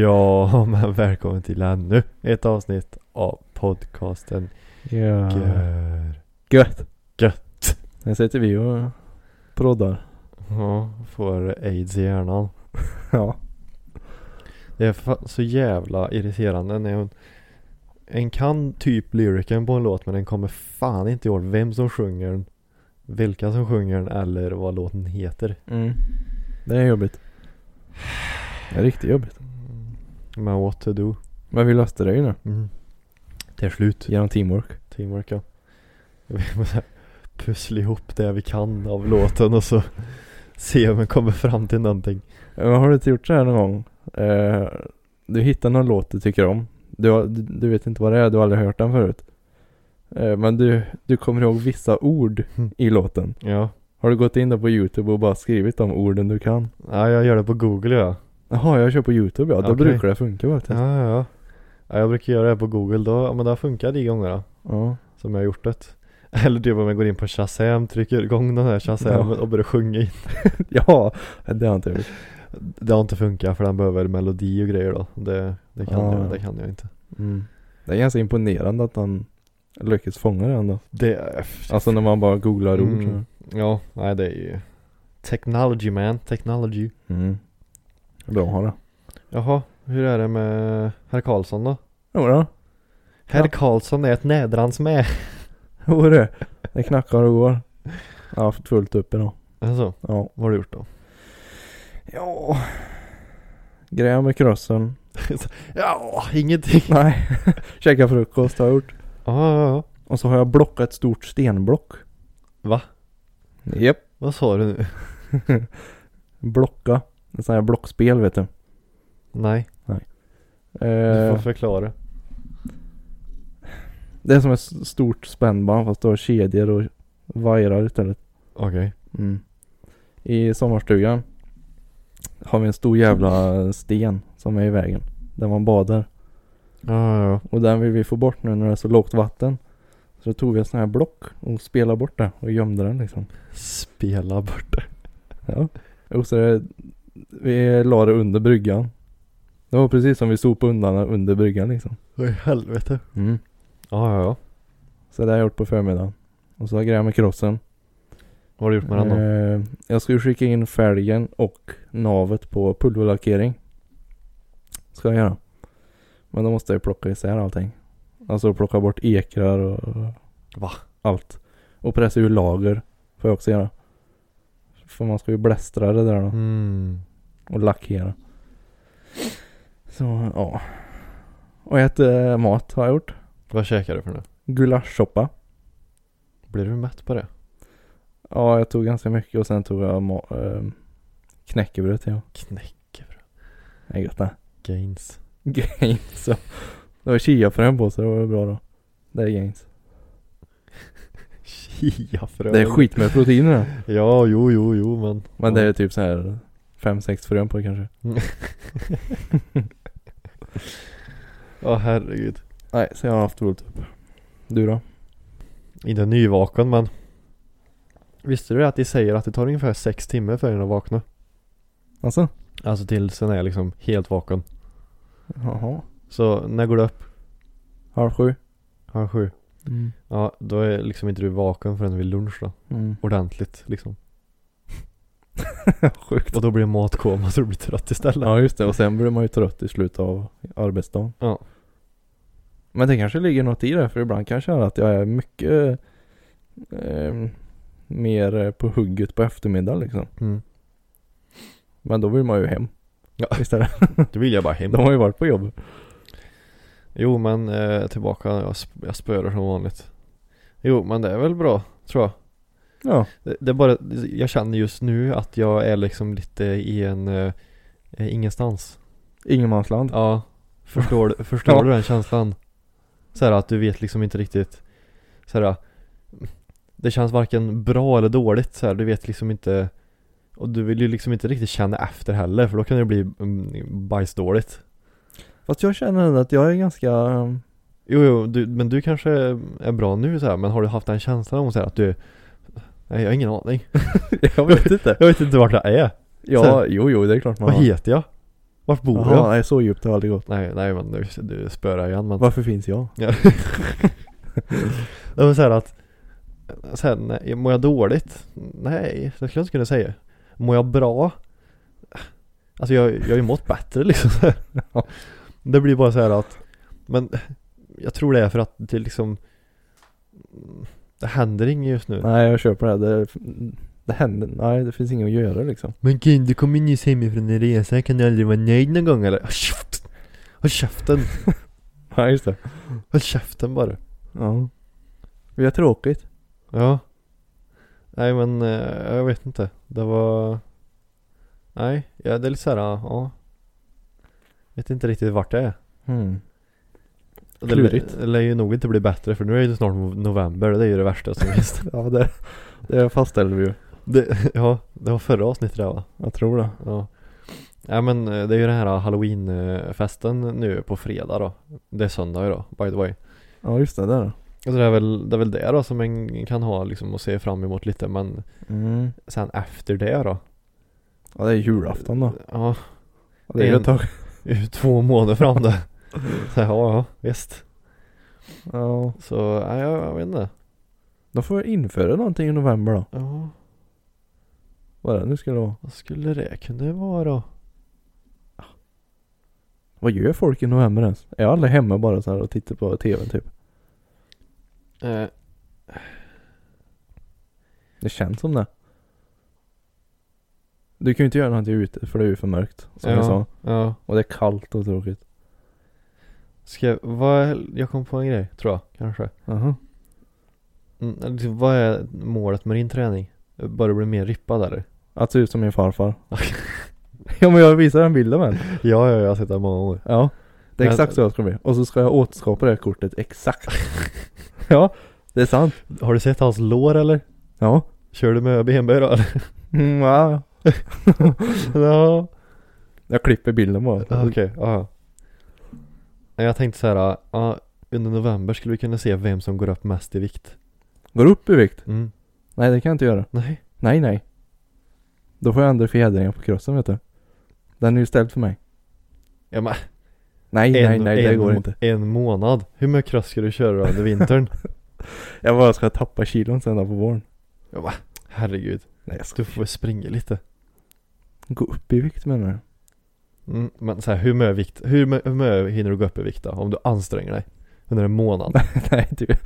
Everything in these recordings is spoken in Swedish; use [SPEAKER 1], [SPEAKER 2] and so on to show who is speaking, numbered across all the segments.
[SPEAKER 1] Ja, men välkommen till ännu ett avsnitt av podcasten
[SPEAKER 2] Ja.
[SPEAKER 1] Gör.
[SPEAKER 2] Gött.
[SPEAKER 1] Gött.
[SPEAKER 2] Här sitter vi och proddar.
[SPEAKER 1] Ja, får aids i hjärnan.
[SPEAKER 2] Ja.
[SPEAKER 1] Det är fa- så jävla irriterande när hon En kan typ lyriken på en låt men den kommer fan inte ihåg vem som sjunger den Vilka som sjunger den eller vad låten heter
[SPEAKER 2] Det är jobbigt. Mm. Det är riktigt jobbigt.
[SPEAKER 1] Men what to do
[SPEAKER 2] Men vi löste det ju nu.
[SPEAKER 1] mm. Till slut
[SPEAKER 2] Genom teamwork.
[SPEAKER 1] Teamwork ja Vi måste pussla ihop det vi kan av låten och så Se om vi kommer fram till någonting
[SPEAKER 2] Men Eh, har du inte gjort så här någon gång? Eh, du hittar någon låt du tycker om. Du, har, du, du vet inte vad det är, du har aldrig hört den förut. Eh, men du, du kommer ihåg vissa ord
[SPEAKER 1] Mm.
[SPEAKER 2] i låten.
[SPEAKER 1] Ja
[SPEAKER 2] Har du gått in där på YouTube och bara skrivit de orden du kan?
[SPEAKER 1] Ja jag gör det på google ja
[SPEAKER 2] Jaha, jag kör på YouTube ja. Då
[SPEAKER 1] Okej.
[SPEAKER 2] brukar det funka faktiskt. Ja.
[SPEAKER 1] Ja ja ja Ja jag brukar göra det på google då, ja, men det har funkat de gångerna Som jag har gjort det Eller typ om jag går in på Shazam, trycker igång den här Shazam
[SPEAKER 2] Ja.
[SPEAKER 1] och börjar sjunga in
[SPEAKER 2] Ja, det har inte jag gjort.
[SPEAKER 1] Det har inte funkat för den behöver melodi och grejer då Det, det, kan,
[SPEAKER 2] Ja.
[SPEAKER 1] jag, det kan jag inte
[SPEAKER 2] Mm. Det är ganska imponerande att han lyckats fånga det ändå.
[SPEAKER 1] Det,
[SPEAKER 2] Alltså när man bara googlar ord.
[SPEAKER 1] Mm. ja, nej det är ju Technology man, technology
[SPEAKER 2] så. Mm. Bra har det.
[SPEAKER 1] Jaha, hur är det med herr Karlsson då?
[SPEAKER 2] Jodå,
[SPEAKER 1] Herr
[SPEAKER 2] Ja.
[SPEAKER 1] Karlsson är ett nädrans med
[SPEAKER 2] jodå. Det knackar och går. Jag har haft fullt upp idag.
[SPEAKER 1] Alltså,
[SPEAKER 2] Ja.
[SPEAKER 1] vad har du gjort då?
[SPEAKER 2] Ja. Grejer med krossen.
[SPEAKER 1] Ja, ingenting
[SPEAKER 2] Nej. Käka frukost har jag gjort.
[SPEAKER 1] Ja, ja, ja
[SPEAKER 2] Och så har jag blockat ett stort stenblock.
[SPEAKER 1] Va?
[SPEAKER 2] Japp.
[SPEAKER 1] Vad sa du nu?
[SPEAKER 2] Blocka. Ett sånt här blockspel vet du.
[SPEAKER 1] Nej, du får
[SPEAKER 2] Eh,
[SPEAKER 1] förklara
[SPEAKER 2] det är som ett s- stort spännband fast du har kedjor och vajrar istället.
[SPEAKER 1] Okej
[SPEAKER 2] Mm. I sommarstugan har vi en stor jävla sten som är i vägen. Där man badar.
[SPEAKER 1] Ja, ja, ja
[SPEAKER 2] Och den vill vi få bort nu när det är så lågt vatten. Så då tog vi ett sånt här block och spelade bort det och gömde den liksom.
[SPEAKER 1] Spela bort det
[SPEAKER 2] Ja. Och så är det, vi la det under bryggan. Det var precis som vi sopade undan det under bryggan liksom.
[SPEAKER 1] Vad i helvete Ja, ja, ja
[SPEAKER 2] Så det har jag gjort på förmiddagen. Och så har jag grejat med krossen.
[SPEAKER 1] Vad har du gjort med den då?
[SPEAKER 2] Eh, jag ska ju skicka in fälgen och navet på pulverlackering. Ska jag göra. Men då måste jag ju plocka isär allting. Alltså plocka bort ekrar och
[SPEAKER 1] Va?
[SPEAKER 2] allt. Och pressa ur lager. Får jag också göra. För man ska ju blästra det där då.
[SPEAKER 1] Mm.
[SPEAKER 2] Och lackera. Så ja. Och äta mat har jag gjort.
[SPEAKER 1] Vad käkar du för nu?
[SPEAKER 2] Gulaschsoppa.
[SPEAKER 1] Blir du mätt på det?
[SPEAKER 2] Ja jag tog ganska mycket och sen tog jag ma- eh, knäckebröd till.
[SPEAKER 1] Knäckebröd
[SPEAKER 2] Det är gött det.
[SPEAKER 1] Gains
[SPEAKER 2] Gains ja. Det var chiafrön på så det var väl bra då. Det är gains.
[SPEAKER 1] Chiafrön
[SPEAKER 2] Det är skit med proteiner
[SPEAKER 1] Ja, jo, jo, jo men
[SPEAKER 2] Men det är typ så här 5-6 frön på kanske.
[SPEAKER 1] Ja herregud
[SPEAKER 2] Nej, så jag har haft fullt upp. Du då?
[SPEAKER 1] Inte nyvaken men Visste du att de säger att det tar ungefär sex timmar för en att vakna?
[SPEAKER 2] Alltså?
[SPEAKER 1] Alltså tills den är liksom helt vaken
[SPEAKER 2] Jaha.
[SPEAKER 1] Så när går du upp?
[SPEAKER 2] Halv sju?
[SPEAKER 1] Halv sju? Mm. Ja, då är liksom inte du vaken förrän vid lunch då
[SPEAKER 2] Mm.
[SPEAKER 1] Ordentligt liksom
[SPEAKER 2] Sjukt.
[SPEAKER 1] Och då blir det matkoma så du blir trött istället
[SPEAKER 2] Ja just det, och sen blir man ju trött i slutet av arbetsdagen.
[SPEAKER 1] Ja.
[SPEAKER 2] Men det kanske ligger något i det, för ibland kan jag känna att jag är mycket eh, mer eh, på hugget på eftermiddagen liksom.
[SPEAKER 1] Mm.
[SPEAKER 2] Men då vill man ju hem.
[SPEAKER 1] Ja.
[SPEAKER 2] Istället.
[SPEAKER 1] Då vill jag bara hem
[SPEAKER 2] De har ju varit på jobbet.
[SPEAKER 1] Jo men eh, tillbaka, jag, sp- jag spöar som vanligt Jo men det är väl bra, tror jag
[SPEAKER 2] Ja.
[SPEAKER 1] Det, det är bara, jag känner just nu att jag är liksom lite i en eh, ingenstans.
[SPEAKER 2] Ingenmansland.
[SPEAKER 1] Ja, förstår, du- förstår
[SPEAKER 2] Ja.
[SPEAKER 1] du den känslan? Så här att du vet liksom inte riktigt, så här, det känns varken bra eller dåligt så här, du vet liksom inte och du vill ju liksom inte riktigt känna efter heller för då kan det bli mm, bajsdåligt.
[SPEAKER 2] Fast jag känner ändå att jag är ganska... ehm,
[SPEAKER 1] Jo, jo du, men du kanske är bra nu så här, men har du haft den känslan om så här, att du Nej jag har ingen aning.
[SPEAKER 2] jag vet inte.
[SPEAKER 1] Jag vet inte vart jag är.
[SPEAKER 2] Ja,
[SPEAKER 1] Så-
[SPEAKER 2] jo, jo, det är klart man
[SPEAKER 1] Vad heter jag? Vart bor
[SPEAKER 2] Jaha,
[SPEAKER 1] jag?
[SPEAKER 2] nej så djupt har jag aldrig gått.
[SPEAKER 1] Nej, nej men nu, du spöar jag igen men
[SPEAKER 2] Varför finns jag?
[SPEAKER 1] Ja. det var så här att sen, nej, mår jag dåligt? Nej, det skulle jag inte kunna säga. Mår jag bra? Alltså jag, jag har ju mått bättre liksom. så här.
[SPEAKER 2] Ja.
[SPEAKER 1] Det blir bara så här att, men jag tror det är för att det liksom, det händer inget just nu.
[SPEAKER 2] Nej jag köper det. Det, det händer, nej det finns inget att göra liksom.
[SPEAKER 1] Men gud, du kommer nyss hemifrån en resa, kan du aldrig vara nöjd någon gång eller? Håll käften! Håll käften!
[SPEAKER 2] Nej just det.
[SPEAKER 1] Håll käften bara.
[SPEAKER 2] Ja. Vi har tråkigt.
[SPEAKER 1] Ja. Nej men eh, jag vet inte. Det var... Nej, ja, det är lite såhär, ja. Vet inte riktigt vart det är.
[SPEAKER 2] Mm.
[SPEAKER 1] Det
[SPEAKER 2] Klurigt.
[SPEAKER 1] lär- Det lär ju nog inte bli bättre för nu är det ju snart november och det är ju det värsta som finns.
[SPEAKER 2] Ja det, det fastställde vi ju.
[SPEAKER 1] Det, ja, det var förra avsnittet det va?
[SPEAKER 2] Jag tror det.
[SPEAKER 1] Ja. Ja men eh, det är ju den här halloweenfesten nu på fredag då. Det är söndag idag, by the way.
[SPEAKER 2] Ja just det, där.
[SPEAKER 1] Alltså det är väl det, är väl det då som man kan ha liksom och se fram emot lite men
[SPEAKER 2] Mm.
[SPEAKER 1] sen efter det då.
[SPEAKER 2] Ja det är julafton då.
[SPEAKER 1] Ja,
[SPEAKER 2] Ja, Det är ju
[SPEAKER 1] En-
[SPEAKER 2] ett tag.
[SPEAKER 1] Det är ju två månader fram där. Så, här, ja, ja, visst.
[SPEAKER 2] Ja.
[SPEAKER 1] Så, ja, jag, jag vet inte.
[SPEAKER 2] Då får jag införa någonting i november då.
[SPEAKER 1] Ja,
[SPEAKER 2] Vad är det nu ska det vara?
[SPEAKER 1] vad skulle det kunna vara då?
[SPEAKER 2] Vad gör folk i november ens? Är alla hemma bara så här och tittar på tvn typ?
[SPEAKER 1] Eh,
[SPEAKER 2] Det känns som det. Du kan ju inte göra någonting ute för det är ju för mörkt. Som
[SPEAKER 1] ja,
[SPEAKER 2] jag sa.
[SPEAKER 1] Ja.
[SPEAKER 2] Och det är kallt och tråkigt.
[SPEAKER 1] Ska jag, vad, jag kom på en grej, tror jag, kanske.
[SPEAKER 2] Jaha.
[SPEAKER 1] Mm, liksom, vad är målet med din träning? Bara bli mer rippad eller?
[SPEAKER 2] Att se ut som min farfar. ja men jag visar den bilden men.
[SPEAKER 1] Ja, ja, jag har sett det många gånger.
[SPEAKER 2] Ja. Det är
[SPEAKER 1] Men-
[SPEAKER 2] exakt så jag ska bli. Och så ska jag återskapa det här kortet exakt. ja. Det är sant.
[SPEAKER 1] Har du sett hans lår eller?
[SPEAKER 2] Ja.
[SPEAKER 1] Kör du med benböj då eller?
[SPEAKER 2] Mm, ja.
[SPEAKER 1] ja.
[SPEAKER 2] Jag klipper bilden bara.
[SPEAKER 1] Okej, ja. ja. Nej, Jag tänkte så här, ja, under november skulle vi kunna se vem som går upp mest i vikt.
[SPEAKER 2] Går upp i vikt?
[SPEAKER 1] Mm.
[SPEAKER 2] Nej det kan jag inte göra.
[SPEAKER 1] Nej.
[SPEAKER 2] Nej nej. Då får jag ändra fjädringen på krossen vet du. Den är ju ställd för mig.
[SPEAKER 1] Ja, men
[SPEAKER 2] Nej
[SPEAKER 1] en,
[SPEAKER 2] nej nej det
[SPEAKER 1] en,
[SPEAKER 2] går
[SPEAKER 1] må-
[SPEAKER 2] inte.
[SPEAKER 1] En månad. Hur mycket krass ska du köra då under vintern?
[SPEAKER 2] Jag bara ska tappa kilon sen då på våren.
[SPEAKER 1] Herregud.
[SPEAKER 2] Nej jag ska
[SPEAKER 1] Du får väl springa lite.
[SPEAKER 2] gå upp i vikt menar du?
[SPEAKER 1] Mm, men så här, hur mycket vikt, hur mycket, hur mycket hinner du gå upp i vikt då? Om du anstränger dig under en månad?
[SPEAKER 2] nej det är, ju-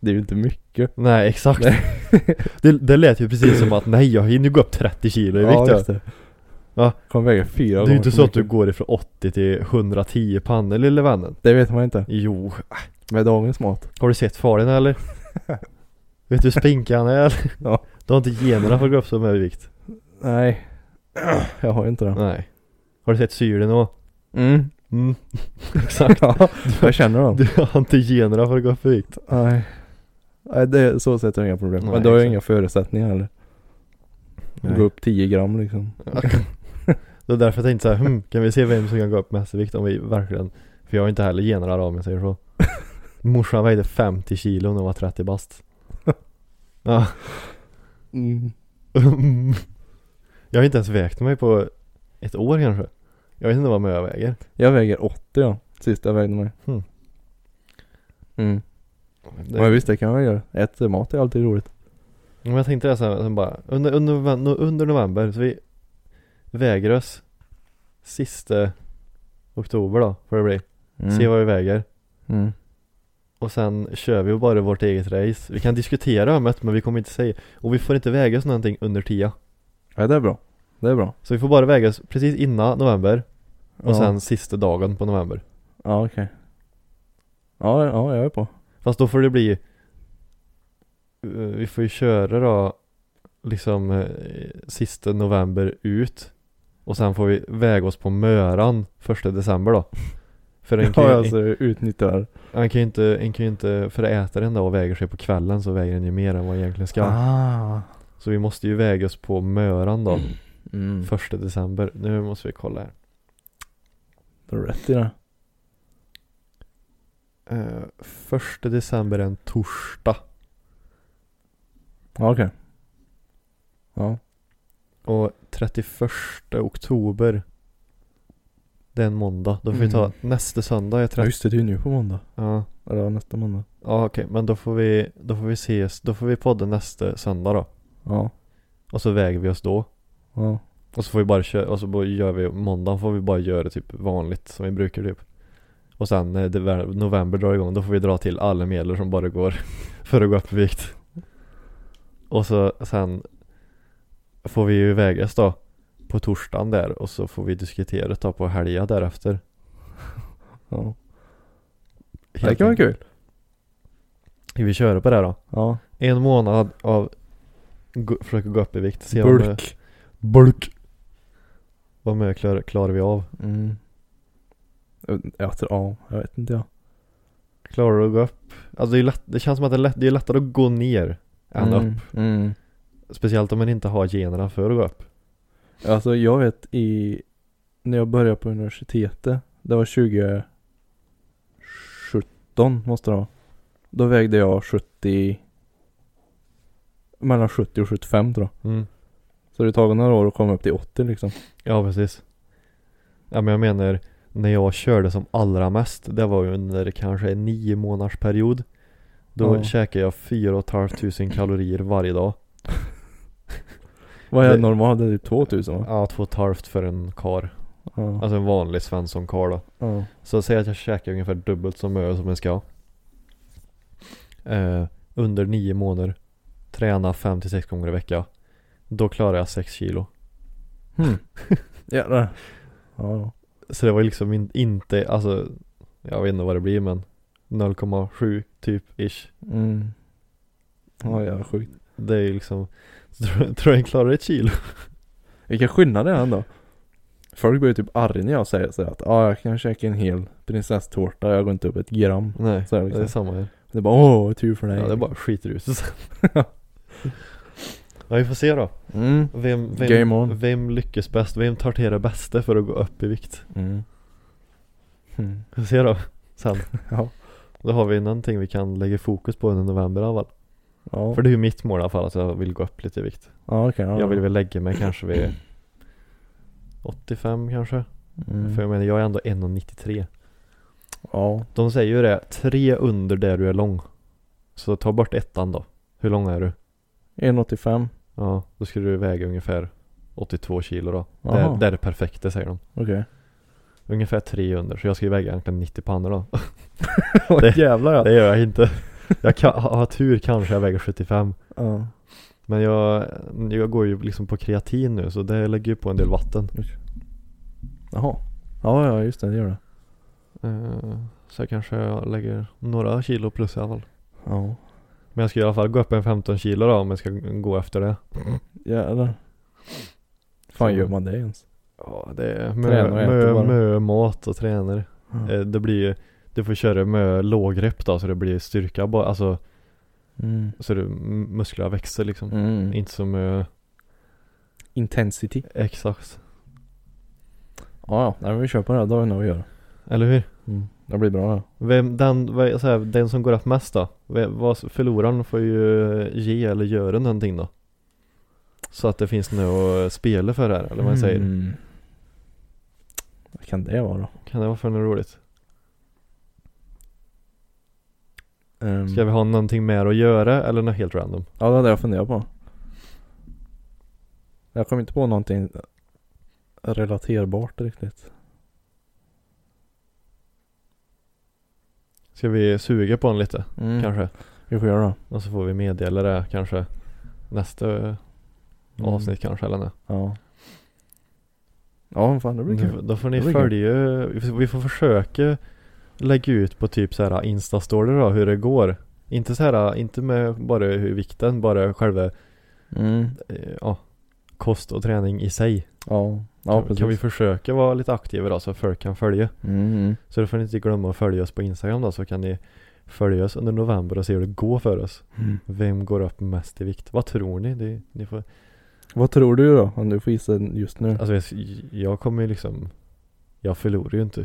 [SPEAKER 2] det är ju inte mycket.
[SPEAKER 1] Nej, exakt. det, det lät ju precis som att nej, jag hinner gå upp 30 kilo i vikt. Ja,
[SPEAKER 2] just det.
[SPEAKER 1] Ja.
[SPEAKER 2] Kommer väga fyra
[SPEAKER 1] det är ju inte så att du går ifrån 80 till 110 pannor lille vännen.
[SPEAKER 2] Det vet man inte.
[SPEAKER 1] Jo,
[SPEAKER 2] Med dagens mat.
[SPEAKER 1] har du sett farliga eller? Vet du hur spinkig han är?
[SPEAKER 2] Ja.
[SPEAKER 1] Du har inte generna för att gå upp så mycket i vikt?
[SPEAKER 2] Nej. Jag har ju inte det.
[SPEAKER 1] Nej. Har du sett syren då?
[SPEAKER 2] Mm.
[SPEAKER 1] Mm, exakt.
[SPEAKER 2] ja, jag känner dem.
[SPEAKER 1] Du har inte generna för att gå upp i vikt.
[SPEAKER 2] Nej. Nej det, så sätter jag inga problem.
[SPEAKER 1] Nej,
[SPEAKER 2] Men då har jag
[SPEAKER 1] exakt.
[SPEAKER 2] inga förutsättningar heller. Gå upp 10 gram liksom.
[SPEAKER 1] Det är därför jag tänkte såhär, hmm, kan vi se vem som kan gå upp mest i vikt om vi verkligen För jag är inte heller generad av mig säger så Morsan vägde 50 kilo när hon var 30 bast Ja
[SPEAKER 2] Mm.
[SPEAKER 1] Jag har inte ens vägt mig på ett år kanske Jag vet inte vad jag väger
[SPEAKER 2] Jag väger 80 ja. Sist jag vägde mig.
[SPEAKER 1] Hmm.
[SPEAKER 2] Mm.
[SPEAKER 1] det,
[SPEAKER 2] Men visst det kan jag göra. Äta mat är alltid roligt.
[SPEAKER 1] Men jag tänkte det såhär, sen bara under, under, november, under november så vi väger oss Sista oktober då får det bli Se vad vi väger
[SPEAKER 2] Mm.
[SPEAKER 1] Och sen kör vi bara vårt eget race Vi kan diskutera om det men vi kommer inte säga Och vi får inte vägas någonting under 10
[SPEAKER 2] Ja det är bra. Det är bra.
[SPEAKER 1] Så vi får bara vägas precis innan november Och
[SPEAKER 2] ja.
[SPEAKER 1] sen sista dagen på november
[SPEAKER 2] Ja okej. Ja, ja jag är på.
[SPEAKER 1] Fast då får det bli eh, Vi får ju köra då liksom eh, sista november ut och sen får vi väga oss på Möran första december då. För en kan,
[SPEAKER 2] Ja,
[SPEAKER 1] ju-
[SPEAKER 2] alltså utnyttjar.
[SPEAKER 1] en kan ju inte, en kan ju inte, för äter den då och väger sig på kvällen så väger den ju mer än vad den egentligen ska.
[SPEAKER 2] Ah.
[SPEAKER 1] Så vi måste ju väga oss på Möran då,
[SPEAKER 2] Mm.
[SPEAKER 1] första december. Nu måste vi kolla här.
[SPEAKER 2] Du har rätt i det.
[SPEAKER 1] Eh, första december är en torsdag.
[SPEAKER 2] Ja, okej. Ja.
[SPEAKER 1] Och 31 oktober Det är en måndag. Då får vi ta
[SPEAKER 2] Mm.
[SPEAKER 1] nästa söndag är 30.
[SPEAKER 2] ja, just det. Det är ju nu på måndag.
[SPEAKER 1] Ja,
[SPEAKER 2] Eller ja, nästa måndag.
[SPEAKER 1] ja okej. Men då får vi Då får vi ses. Då får vi podda nästa söndag då.
[SPEAKER 2] Ja.
[SPEAKER 1] Och så väger vi oss då.
[SPEAKER 2] Ja.
[SPEAKER 1] Och så får vi bara köra Och så bara gör vi Måndagen får vi bara göra typ vanligt som vi brukar typ. Och sen när det väl- november drar igång då får vi dra till alla medel som bara går för att gå upp i vikt. Och så sen får vi ju vägas då på torsdagen där och så får vi diskutera det då på helga därefter.
[SPEAKER 2] ja. Det kan vara kul.
[SPEAKER 1] Ska vi köra på det här då?
[SPEAKER 2] Ja.
[SPEAKER 1] En månad av gå, försöka gå upp i vikt. Se om, eh,
[SPEAKER 2] Bulk. Bulk.
[SPEAKER 1] vad mycket klarar, klarar vi av?
[SPEAKER 2] Mm. Jag, tror- ja, jag vet inte jag.
[SPEAKER 1] Klarar du att gå upp? Alltså det, är lätt, det känns som att det är, lätt, det är lättare att gå ner än upp.
[SPEAKER 2] Mm.
[SPEAKER 1] Speciellt om man inte har generna för att gå upp.
[SPEAKER 2] Alltså jag vet i, när jag började på universitetet, det var 2017 måste det vara. Då vägde jag 70, mellan 70 och 75 tror jag.
[SPEAKER 1] Mm.
[SPEAKER 2] Så det tog några år att komma upp till 80 liksom.
[SPEAKER 1] Ja, precis. Ja, men jag menar, när jag körde som allra mest, det var ju under kanske en nio månaders period. Då
[SPEAKER 2] Ja.
[SPEAKER 1] käkade jag 4 tusen kalorier varje dag.
[SPEAKER 2] Vad är
[SPEAKER 1] Det-
[SPEAKER 2] normalt? Det är typ 2000 va?
[SPEAKER 1] Ja, två och ett halvt för en kar.
[SPEAKER 2] Ja.
[SPEAKER 1] Alltså en vanlig svenssonkarl då.
[SPEAKER 2] ja.
[SPEAKER 1] Så säg att jag käkar ungefär dubbelt så mycket som jag ska. Eh, under nio månader. Träna fem till sex gånger i veckan. Då klarar jag sex kilo.
[SPEAKER 2] Hmm. Jävlar. Ja.
[SPEAKER 1] Så det var liksom in, inte, alltså Jag vet inte vad det blir men 0,7 typ ish
[SPEAKER 2] Mm. Ja, jävla sjukt.
[SPEAKER 1] Det är ju liksom Tror tror jag klarar ett kilo?
[SPEAKER 2] Vilken skillnad det är ändå. Folk blir ju typ arg när jag säger så här att ja, ah, jag kan käka en hel prinsesstårta, jag går inte upp ett gram.
[SPEAKER 1] Nej,
[SPEAKER 2] Så här
[SPEAKER 1] det
[SPEAKER 2] liksom.
[SPEAKER 1] är samma här
[SPEAKER 2] Det är bara åh, tur för dig.
[SPEAKER 1] Ja det bara skiter ut sig sen Ja vi får se då
[SPEAKER 2] mm.
[SPEAKER 1] Vem, vem,
[SPEAKER 2] Game on.
[SPEAKER 1] vem lyckas bäst? Vem tar till det bästa för att gå upp i vikt?
[SPEAKER 2] Mm. Mm.
[SPEAKER 1] Vi får se då sen
[SPEAKER 2] Ja.
[SPEAKER 1] Då har vi någonting vi kan lägga fokus på under november i alla fall
[SPEAKER 2] Ja,
[SPEAKER 1] För det är ju mitt mål i alla fall att jag vill gå upp lite i vikt
[SPEAKER 2] ja okej. ja.
[SPEAKER 1] Jag vill väl lägga mig kanske vid 85 kanske
[SPEAKER 2] Mm.
[SPEAKER 1] För jag menar, jag är ändå 1,93
[SPEAKER 2] Ja,
[SPEAKER 1] De säger ju det, tre under där du är lång Så ta bort ettan då Hur lång är du?
[SPEAKER 2] 1,85.
[SPEAKER 1] Ja, då skulle du väga ungefär 82 kilo då
[SPEAKER 2] Jaha.
[SPEAKER 1] där, där är det perfekta säger de
[SPEAKER 2] Okej.
[SPEAKER 1] Ungefär tre under, så jag ska ju väga egentligen 90 pannor då
[SPEAKER 2] Okay. Jävlar ja.
[SPEAKER 1] Det gör jag inte Jag kan, har har tur kanske jag väger 75
[SPEAKER 2] Ja.
[SPEAKER 1] Men jag, jag går ju liksom på kreatin nu så det lägger ju på en del vatten
[SPEAKER 2] Jaha. Ja, ja just det, det gör det.
[SPEAKER 1] Eh, Så jag kanske lägger några kilo plus i alla fall
[SPEAKER 2] Ja.
[SPEAKER 1] Men jag ska i alla fall gå upp en 15 kilo då om jag ska gå efter det
[SPEAKER 2] Jävlar. Fan
[SPEAKER 1] Så-
[SPEAKER 2] gör man det ens?
[SPEAKER 1] Ja det är
[SPEAKER 2] Träna
[SPEAKER 1] mö,
[SPEAKER 2] och äta
[SPEAKER 1] mö,
[SPEAKER 2] bara.
[SPEAKER 1] mö mat och tränar.
[SPEAKER 2] Ja.
[SPEAKER 1] Eh, Det blir ju, du får köra mö lågrepp då så det blir styrka bara, alltså
[SPEAKER 2] Mm.
[SPEAKER 1] så det m- musklerna växer liksom.
[SPEAKER 2] Mm.
[SPEAKER 1] Inte som mö,
[SPEAKER 2] Intensity.
[SPEAKER 1] exakt.
[SPEAKER 2] Ja, ja. Nej, men vi kör på det. här. Då har vi nog att göra.
[SPEAKER 1] Eller hur?
[SPEAKER 2] Mm. Det blir bra det.
[SPEAKER 1] Vem, den, vad- så här, den som går upp mest då? Ve- vad- Förloraren får ju ge eller göra någonting då. Så att det finns något att spela för här, eller vad jag säger.
[SPEAKER 2] Mm. Vad kan det vara då?
[SPEAKER 1] Kan det vara för något roligt?
[SPEAKER 2] Um,
[SPEAKER 1] Ska vi ha någonting mer att göra eller något helt random?
[SPEAKER 2] Ja, det hade jag funderat på. Jag kom inte på någonting relaterbart riktigt.
[SPEAKER 1] Ska vi suga på den lite,
[SPEAKER 2] Mm.
[SPEAKER 1] kanske?
[SPEAKER 2] Vi får göra det.
[SPEAKER 1] Och så får vi meddela det kanske nästa eh,
[SPEAKER 2] Mm.
[SPEAKER 1] avsnitt kanske eller nu.
[SPEAKER 2] Ja. Ja, men fan det blir kul.
[SPEAKER 1] Nu- Då får ni
[SPEAKER 2] Det blir kul.
[SPEAKER 1] följa, vi får- vi får försöka lägga ut på typ så här instastory då hur det går. Inte så här, inte med bara hur vikten, bara själva
[SPEAKER 2] Mm.
[SPEAKER 1] eh, ja, kost och träning i sig.
[SPEAKER 2] Ja, ja
[SPEAKER 1] kan,
[SPEAKER 2] precis.
[SPEAKER 1] kan vi försöka vara lite aktiva då så folk kan följa.
[SPEAKER 2] mm, mm.
[SPEAKER 1] Så då får ni inte glömma att följa oss på Instagram då så kan ni följa oss under november och se hur det går för oss.
[SPEAKER 2] Mm.
[SPEAKER 1] Vem går upp mest i vikt? Vad tror ni? Det, ni får,
[SPEAKER 2] Vad tror du då? Om du får gissa just nu.
[SPEAKER 1] alltså jag, jag kommer ju liksom, jag förlorar ju inte.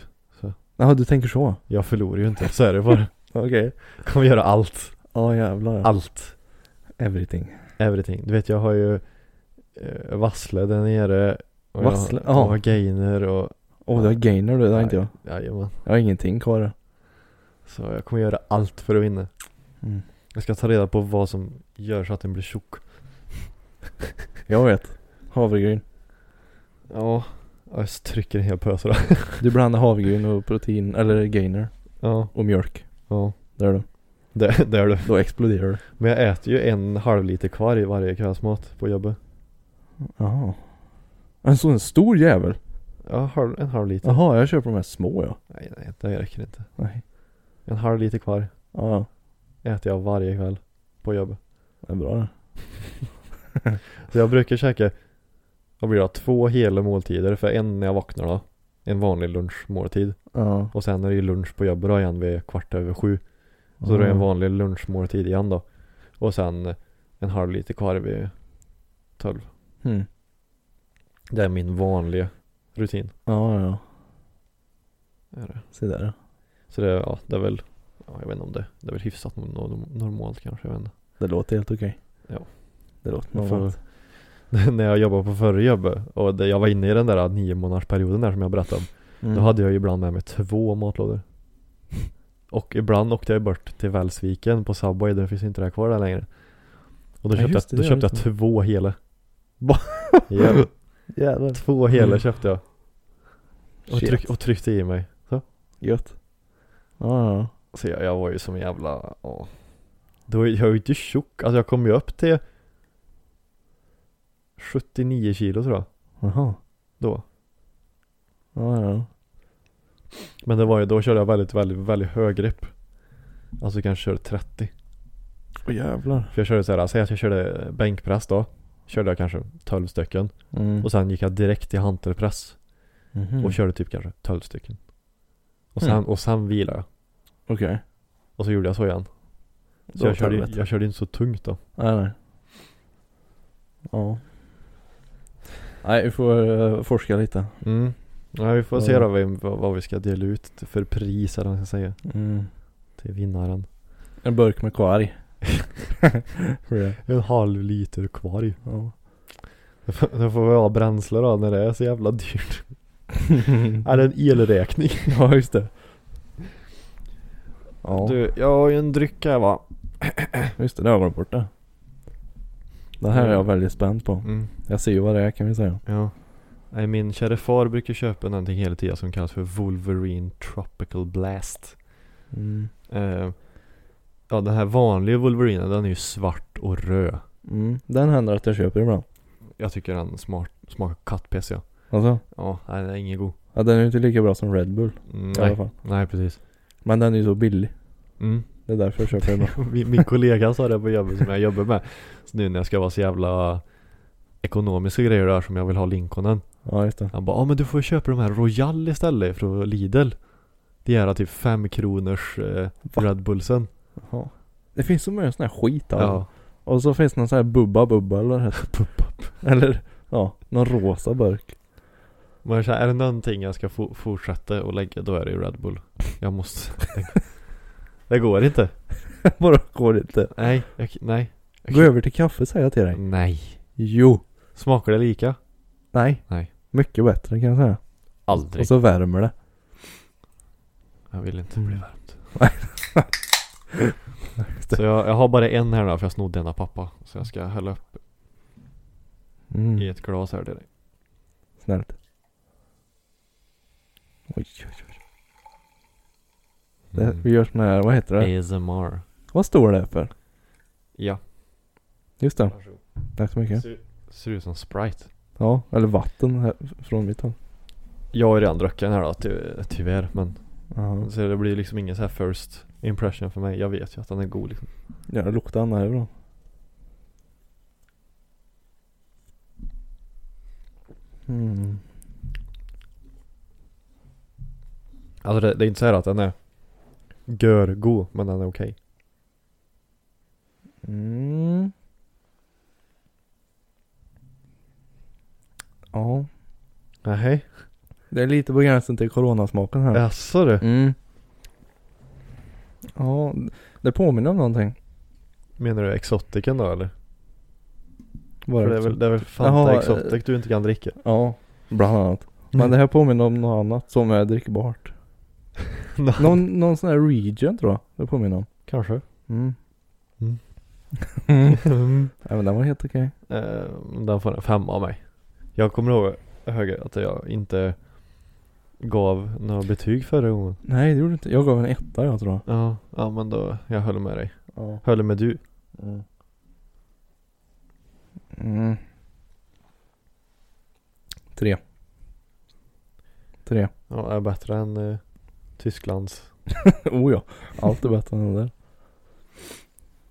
[SPEAKER 2] Jaha, du tänker så?
[SPEAKER 1] Jag förlorar ju inte, så är det bara.
[SPEAKER 2] Okej.
[SPEAKER 1] Kommer göra allt,
[SPEAKER 2] Ja jävlar.
[SPEAKER 1] allt,
[SPEAKER 2] Everything.
[SPEAKER 1] everything. Du vet jag har ju eh, Vassle där nere. och jag-
[SPEAKER 2] Vassle?
[SPEAKER 1] Jag
[SPEAKER 2] Ja.
[SPEAKER 1] har Gainer och
[SPEAKER 2] Åh oh, du har gainer du, det har inte jag.
[SPEAKER 1] Jajamän.
[SPEAKER 2] Jag har ingenting kvar.
[SPEAKER 1] Så jag kommer göra allt för att vinna.
[SPEAKER 2] Mm.
[SPEAKER 1] Jag ska ta reda på vad som gör så att den blir tjock.
[SPEAKER 2] Jag vet. Havregryn.
[SPEAKER 1] Ja. Jag trycker en hel pös då.
[SPEAKER 2] Du blandar havregryn och protein, eller gainer
[SPEAKER 1] Ja.
[SPEAKER 2] och mjölk.
[SPEAKER 1] Ja.
[SPEAKER 2] Där du.
[SPEAKER 1] Det, det är du.
[SPEAKER 2] Då exploderar du.
[SPEAKER 1] Men jag äter ju en halv liter kvar i varje kvällsmat på jobbet.
[SPEAKER 2] Jaha. En sån stor jävel?
[SPEAKER 1] Ja, halv, en halv liter.
[SPEAKER 2] Jaha, jag köper de här små ja.
[SPEAKER 1] Nej, nej, det räcker inte.
[SPEAKER 2] Nej.
[SPEAKER 1] En halv liter kvar
[SPEAKER 2] Ja, ja.
[SPEAKER 1] äter jag varje kväll på jobbet.
[SPEAKER 2] det är bra det.
[SPEAKER 1] Så jag brukar käka, vad blir det då? Två hela måltider för en när jag vaknar då. En vanlig lunchmåltid.
[SPEAKER 2] Ja.
[SPEAKER 1] Och sen är det ju lunch på jobbet då igen vid kvart över sju. Så då är det en
[SPEAKER 2] Ah.
[SPEAKER 1] vanlig lunchmåltid igen då. Och sen en halv liter kvar vid 12.
[SPEAKER 2] Mm.
[SPEAKER 1] Det är min vanliga rutin.
[SPEAKER 2] Ja, ja, ja.
[SPEAKER 1] Är det.
[SPEAKER 2] Se där ja.
[SPEAKER 1] Så det, ja, det är väl, ja, jag vet inte om det, det är väl hyfsat no- no- normalt kanske, jag vet inte.
[SPEAKER 2] Det låter helt okej.
[SPEAKER 1] Ja.
[SPEAKER 2] Det låter
[SPEAKER 1] Man får-
[SPEAKER 2] normalt.
[SPEAKER 1] När jag jobbade på förra jobbet och det, jag var inne i den där nio månaders perioden där som jag berättade om.
[SPEAKER 2] Mm.
[SPEAKER 1] Då hade jag ju ibland med mig två matlådor. Och ibland åkte jag bort till Välsviken på Subway, det finns inte det här kvar där längre. Och då
[SPEAKER 2] Ja,
[SPEAKER 1] köpte,
[SPEAKER 2] just
[SPEAKER 1] jag,
[SPEAKER 2] det, liksom-
[SPEAKER 1] då
[SPEAKER 2] det
[SPEAKER 1] köpte
[SPEAKER 2] är
[SPEAKER 1] jag
[SPEAKER 2] det
[SPEAKER 1] två hela. Japp,
[SPEAKER 2] Jävlar. Mm.
[SPEAKER 1] två hela köpte jag. Och,
[SPEAKER 2] Shit.
[SPEAKER 1] tryck, och tryckte i mig. Så,
[SPEAKER 2] Gött. Ja, ja.
[SPEAKER 1] så jag, jag var ju som en jävla, ja. Då, är- jag är ju inte tjock, alltså jag kom ju upp till 79 kilo tror jag,
[SPEAKER 2] Jaha.
[SPEAKER 1] då.
[SPEAKER 2] Ja, ja.
[SPEAKER 1] Men det var ju, då körde jag väldigt, väldigt, väldigt hög grepp. Alltså kanske körde 30.
[SPEAKER 2] Åh jävlar.
[SPEAKER 1] För jag körde så här, säg att jag körde bänkpress då. Körde jag kanske 12 stycken.
[SPEAKER 2] Mm.
[SPEAKER 1] Och sen gick jag direkt till hantelpress.
[SPEAKER 2] Mhm.
[SPEAKER 1] Och körde typ kanske 12 stycken. Och sen,
[SPEAKER 2] Mm.
[SPEAKER 1] och sen vilade jag.
[SPEAKER 2] Okej. Okay.
[SPEAKER 1] Och så gjorde jag så igen. Så jag körde, ju- jag körde ju inte så tungt då.
[SPEAKER 2] Nej, nej. Ja. Nej, vi får eh, forska lite.
[SPEAKER 1] Mm. Ja, vi får se
[SPEAKER 2] Ja.
[SPEAKER 1] då vem- vad, vad vi ska dela ut för pris eller vad man ska säga.
[SPEAKER 2] Mm.
[SPEAKER 1] Till vinnaren.
[SPEAKER 2] En burk med kvarg. Får jag.
[SPEAKER 1] En halv liter kvar ju.
[SPEAKER 2] ja.
[SPEAKER 1] Det får det får väl vara bränsle då när det är så jävla dyrt. Är det en elräkning?
[SPEAKER 2] ja, just det. Ja,
[SPEAKER 1] Du, jag har ju en dryck här va.
[SPEAKER 2] just det. Det har jag glömt bort det. Det här är jag väldigt spänd på.
[SPEAKER 1] Mm.
[SPEAKER 2] Jag ser ju vad det är kan vi säga.
[SPEAKER 1] Ja. Nej, min kära far brukar köpa någonting hela tiden som kallas för Wolverine Tropical Blast.
[SPEAKER 2] Mm.
[SPEAKER 1] Eh, ja, den här vanliga Wolverinen den är ju svart och röd.
[SPEAKER 2] Mm. Den händer att jag köper ibland.
[SPEAKER 1] Jag tycker den smart, smakar kattpiss ja.
[SPEAKER 2] Alltså.
[SPEAKER 1] Ja, nej, den är ingen god.
[SPEAKER 2] Ja, den är ju inte lika bra som Red Bull
[SPEAKER 1] Mm,
[SPEAKER 2] i alla
[SPEAKER 1] nej,
[SPEAKER 2] fall.
[SPEAKER 1] nej, precis.
[SPEAKER 2] Men den är ju så billig.
[SPEAKER 1] Mm.
[SPEAKER 2] Det är därför jag köper den ibland.
[SPEAKER 1] Min, min kollega sa det på jobbet som jag jobbar med. Så nu när jag ska vara så jävla ekonomiska grejer där som jag vill ha Lincolnen.
[SPEAKER 2] Ja, just det.
[SPEAKER 1] Han bara, ja ah, men du får ju köpa de här Royal istället från Lidl. Det är typ fem kronors eh,
[SPEAKER 2] Va?
[SPEAKER 1] Red Bullsen.
[SPEAKER 2] Ja. Det finns så mycket sån här skit alltså.
[SPEAKER 1] Ja.
[SPEAKER 2] Och så finns det någon sån här Bubba Bubba eller vad det heter. Eller ja, någon rosa burk.
[SPEAKER 1] Men så här, är det någonting jag ska fo- fortsätta och lägga då är det ju Red Bull. Jag måste. det går inte.
[SPEAKER 2] Bara går inte.
[SPEAKER 1] Nej, jag, nej. Jag,
[SPEAKER 2] Gå över till kaffe säger jag till dig.
[SPEAKER 1] Nej.
[SPEAKER 2] Jo.
[SPEAKER 1] Smakar det lika?
[SPEAKER 2] Nej.
[SPEAKER 1] Nej.
[SPEAKER 2] Mycket bättre kan jag säga.
[SPEAKER 1] Aldrig.
[SPEAKER 2] Och så värmer det.
[SPEAKER 1] Jag vill inte bli varmt.
[SPEAKER 2] Nej.
[SPEAKER 1] så jag, jag har bara en här då för jag snodde en av pappa. Så jag ska hälla upp i
[SPEAKER 2] Mm.
[SPEAKER 1] ett glas här till dig.
[SPEAKER 2] Snällt. Oj, oj, oj.
[SPEAKER 1] Mm.
[SPEAKER 2] Det, vi gör sån här, vad heter
[SPEAKER 1] Eh.
[SPEAKER 2] det?
[SPEAKER 1] ASMR.
[SPEAKER 2] Vad står det för?
[SPEAKER 1] Ja.
[SPEAKER 2] Just det. Tack så mycket.
[SPEAKER 1] Ser, ser ut som Sprite.
[SPEAKER 2] Ja, eller vatten här från mitt håll.
[SPEAKER 1] Jag har ju redan druckit den här då ty- tyvärr men
[SPEAKER 2] Ja,
[SPEAKER 1] Så det blir liksom ingen så här first impression för mig. Jag vet ju att den är god liksom.
[SPEAKER 2] Ja, det luktar Anna här bra. Mm.
[SPEAKER 1] Alltså det, det är inte så här att den är görgo, men den är okej.
[SPEAKER 2] Mm. Ja.
[SPEAKER 1] Nähä?
[SPEAKER 2] Det är lite på gränsen till coronasmaken här.
[SPEAKER 1] Jaså du?
[SPEAKER 2] Mm. Ja, det påminner om någonting.
[SPEAKER 1] Menar du exotiken då eller?
[SPEAKER 2] Var
[SPEAKER 1] För det är
[SPEAKER 2] också.
[SPEAKER 1] väl, det är väl Fanta
[SPEAKER 2] Jaha, eh.
[SPEAKER 1] Exotic du inte kan dricka?
[SPEAKER 2] Ja, bland annat. Men det här påminner om något annat som är drickbart.
[SPEAKER 1] Nå-
[SPEAKER 2] Någon, någon sån här region tror jag det påminner om.
[SPEAKER 1] Kanske.
[SPEAKER 2] Mm.
[SPEAKER 1] Mm.
[SPEAKER 2] Nej men den var helt okej.
[SPEAKER 1] Eh, Den får en femma av mig. Jag kommer ihåg höger att jag inte gav några betyg förra gången.
[SPEAKER 2] Nej det gjorde du inte. Jag gav en etta jag tror.
[SPEAKER 1] Ja, ja men då, jag höll med dig.
[SPEAKER 2] Ja.
[SPEAKER 1] Höll med du.
[SPEAKER 2] Mm. Mm. Tre. Tre.
[SPEAKER 1] Ja, är bättre än eh, Tysklands.
[SPEAKER 2] oh ja, allt är bättre än det där.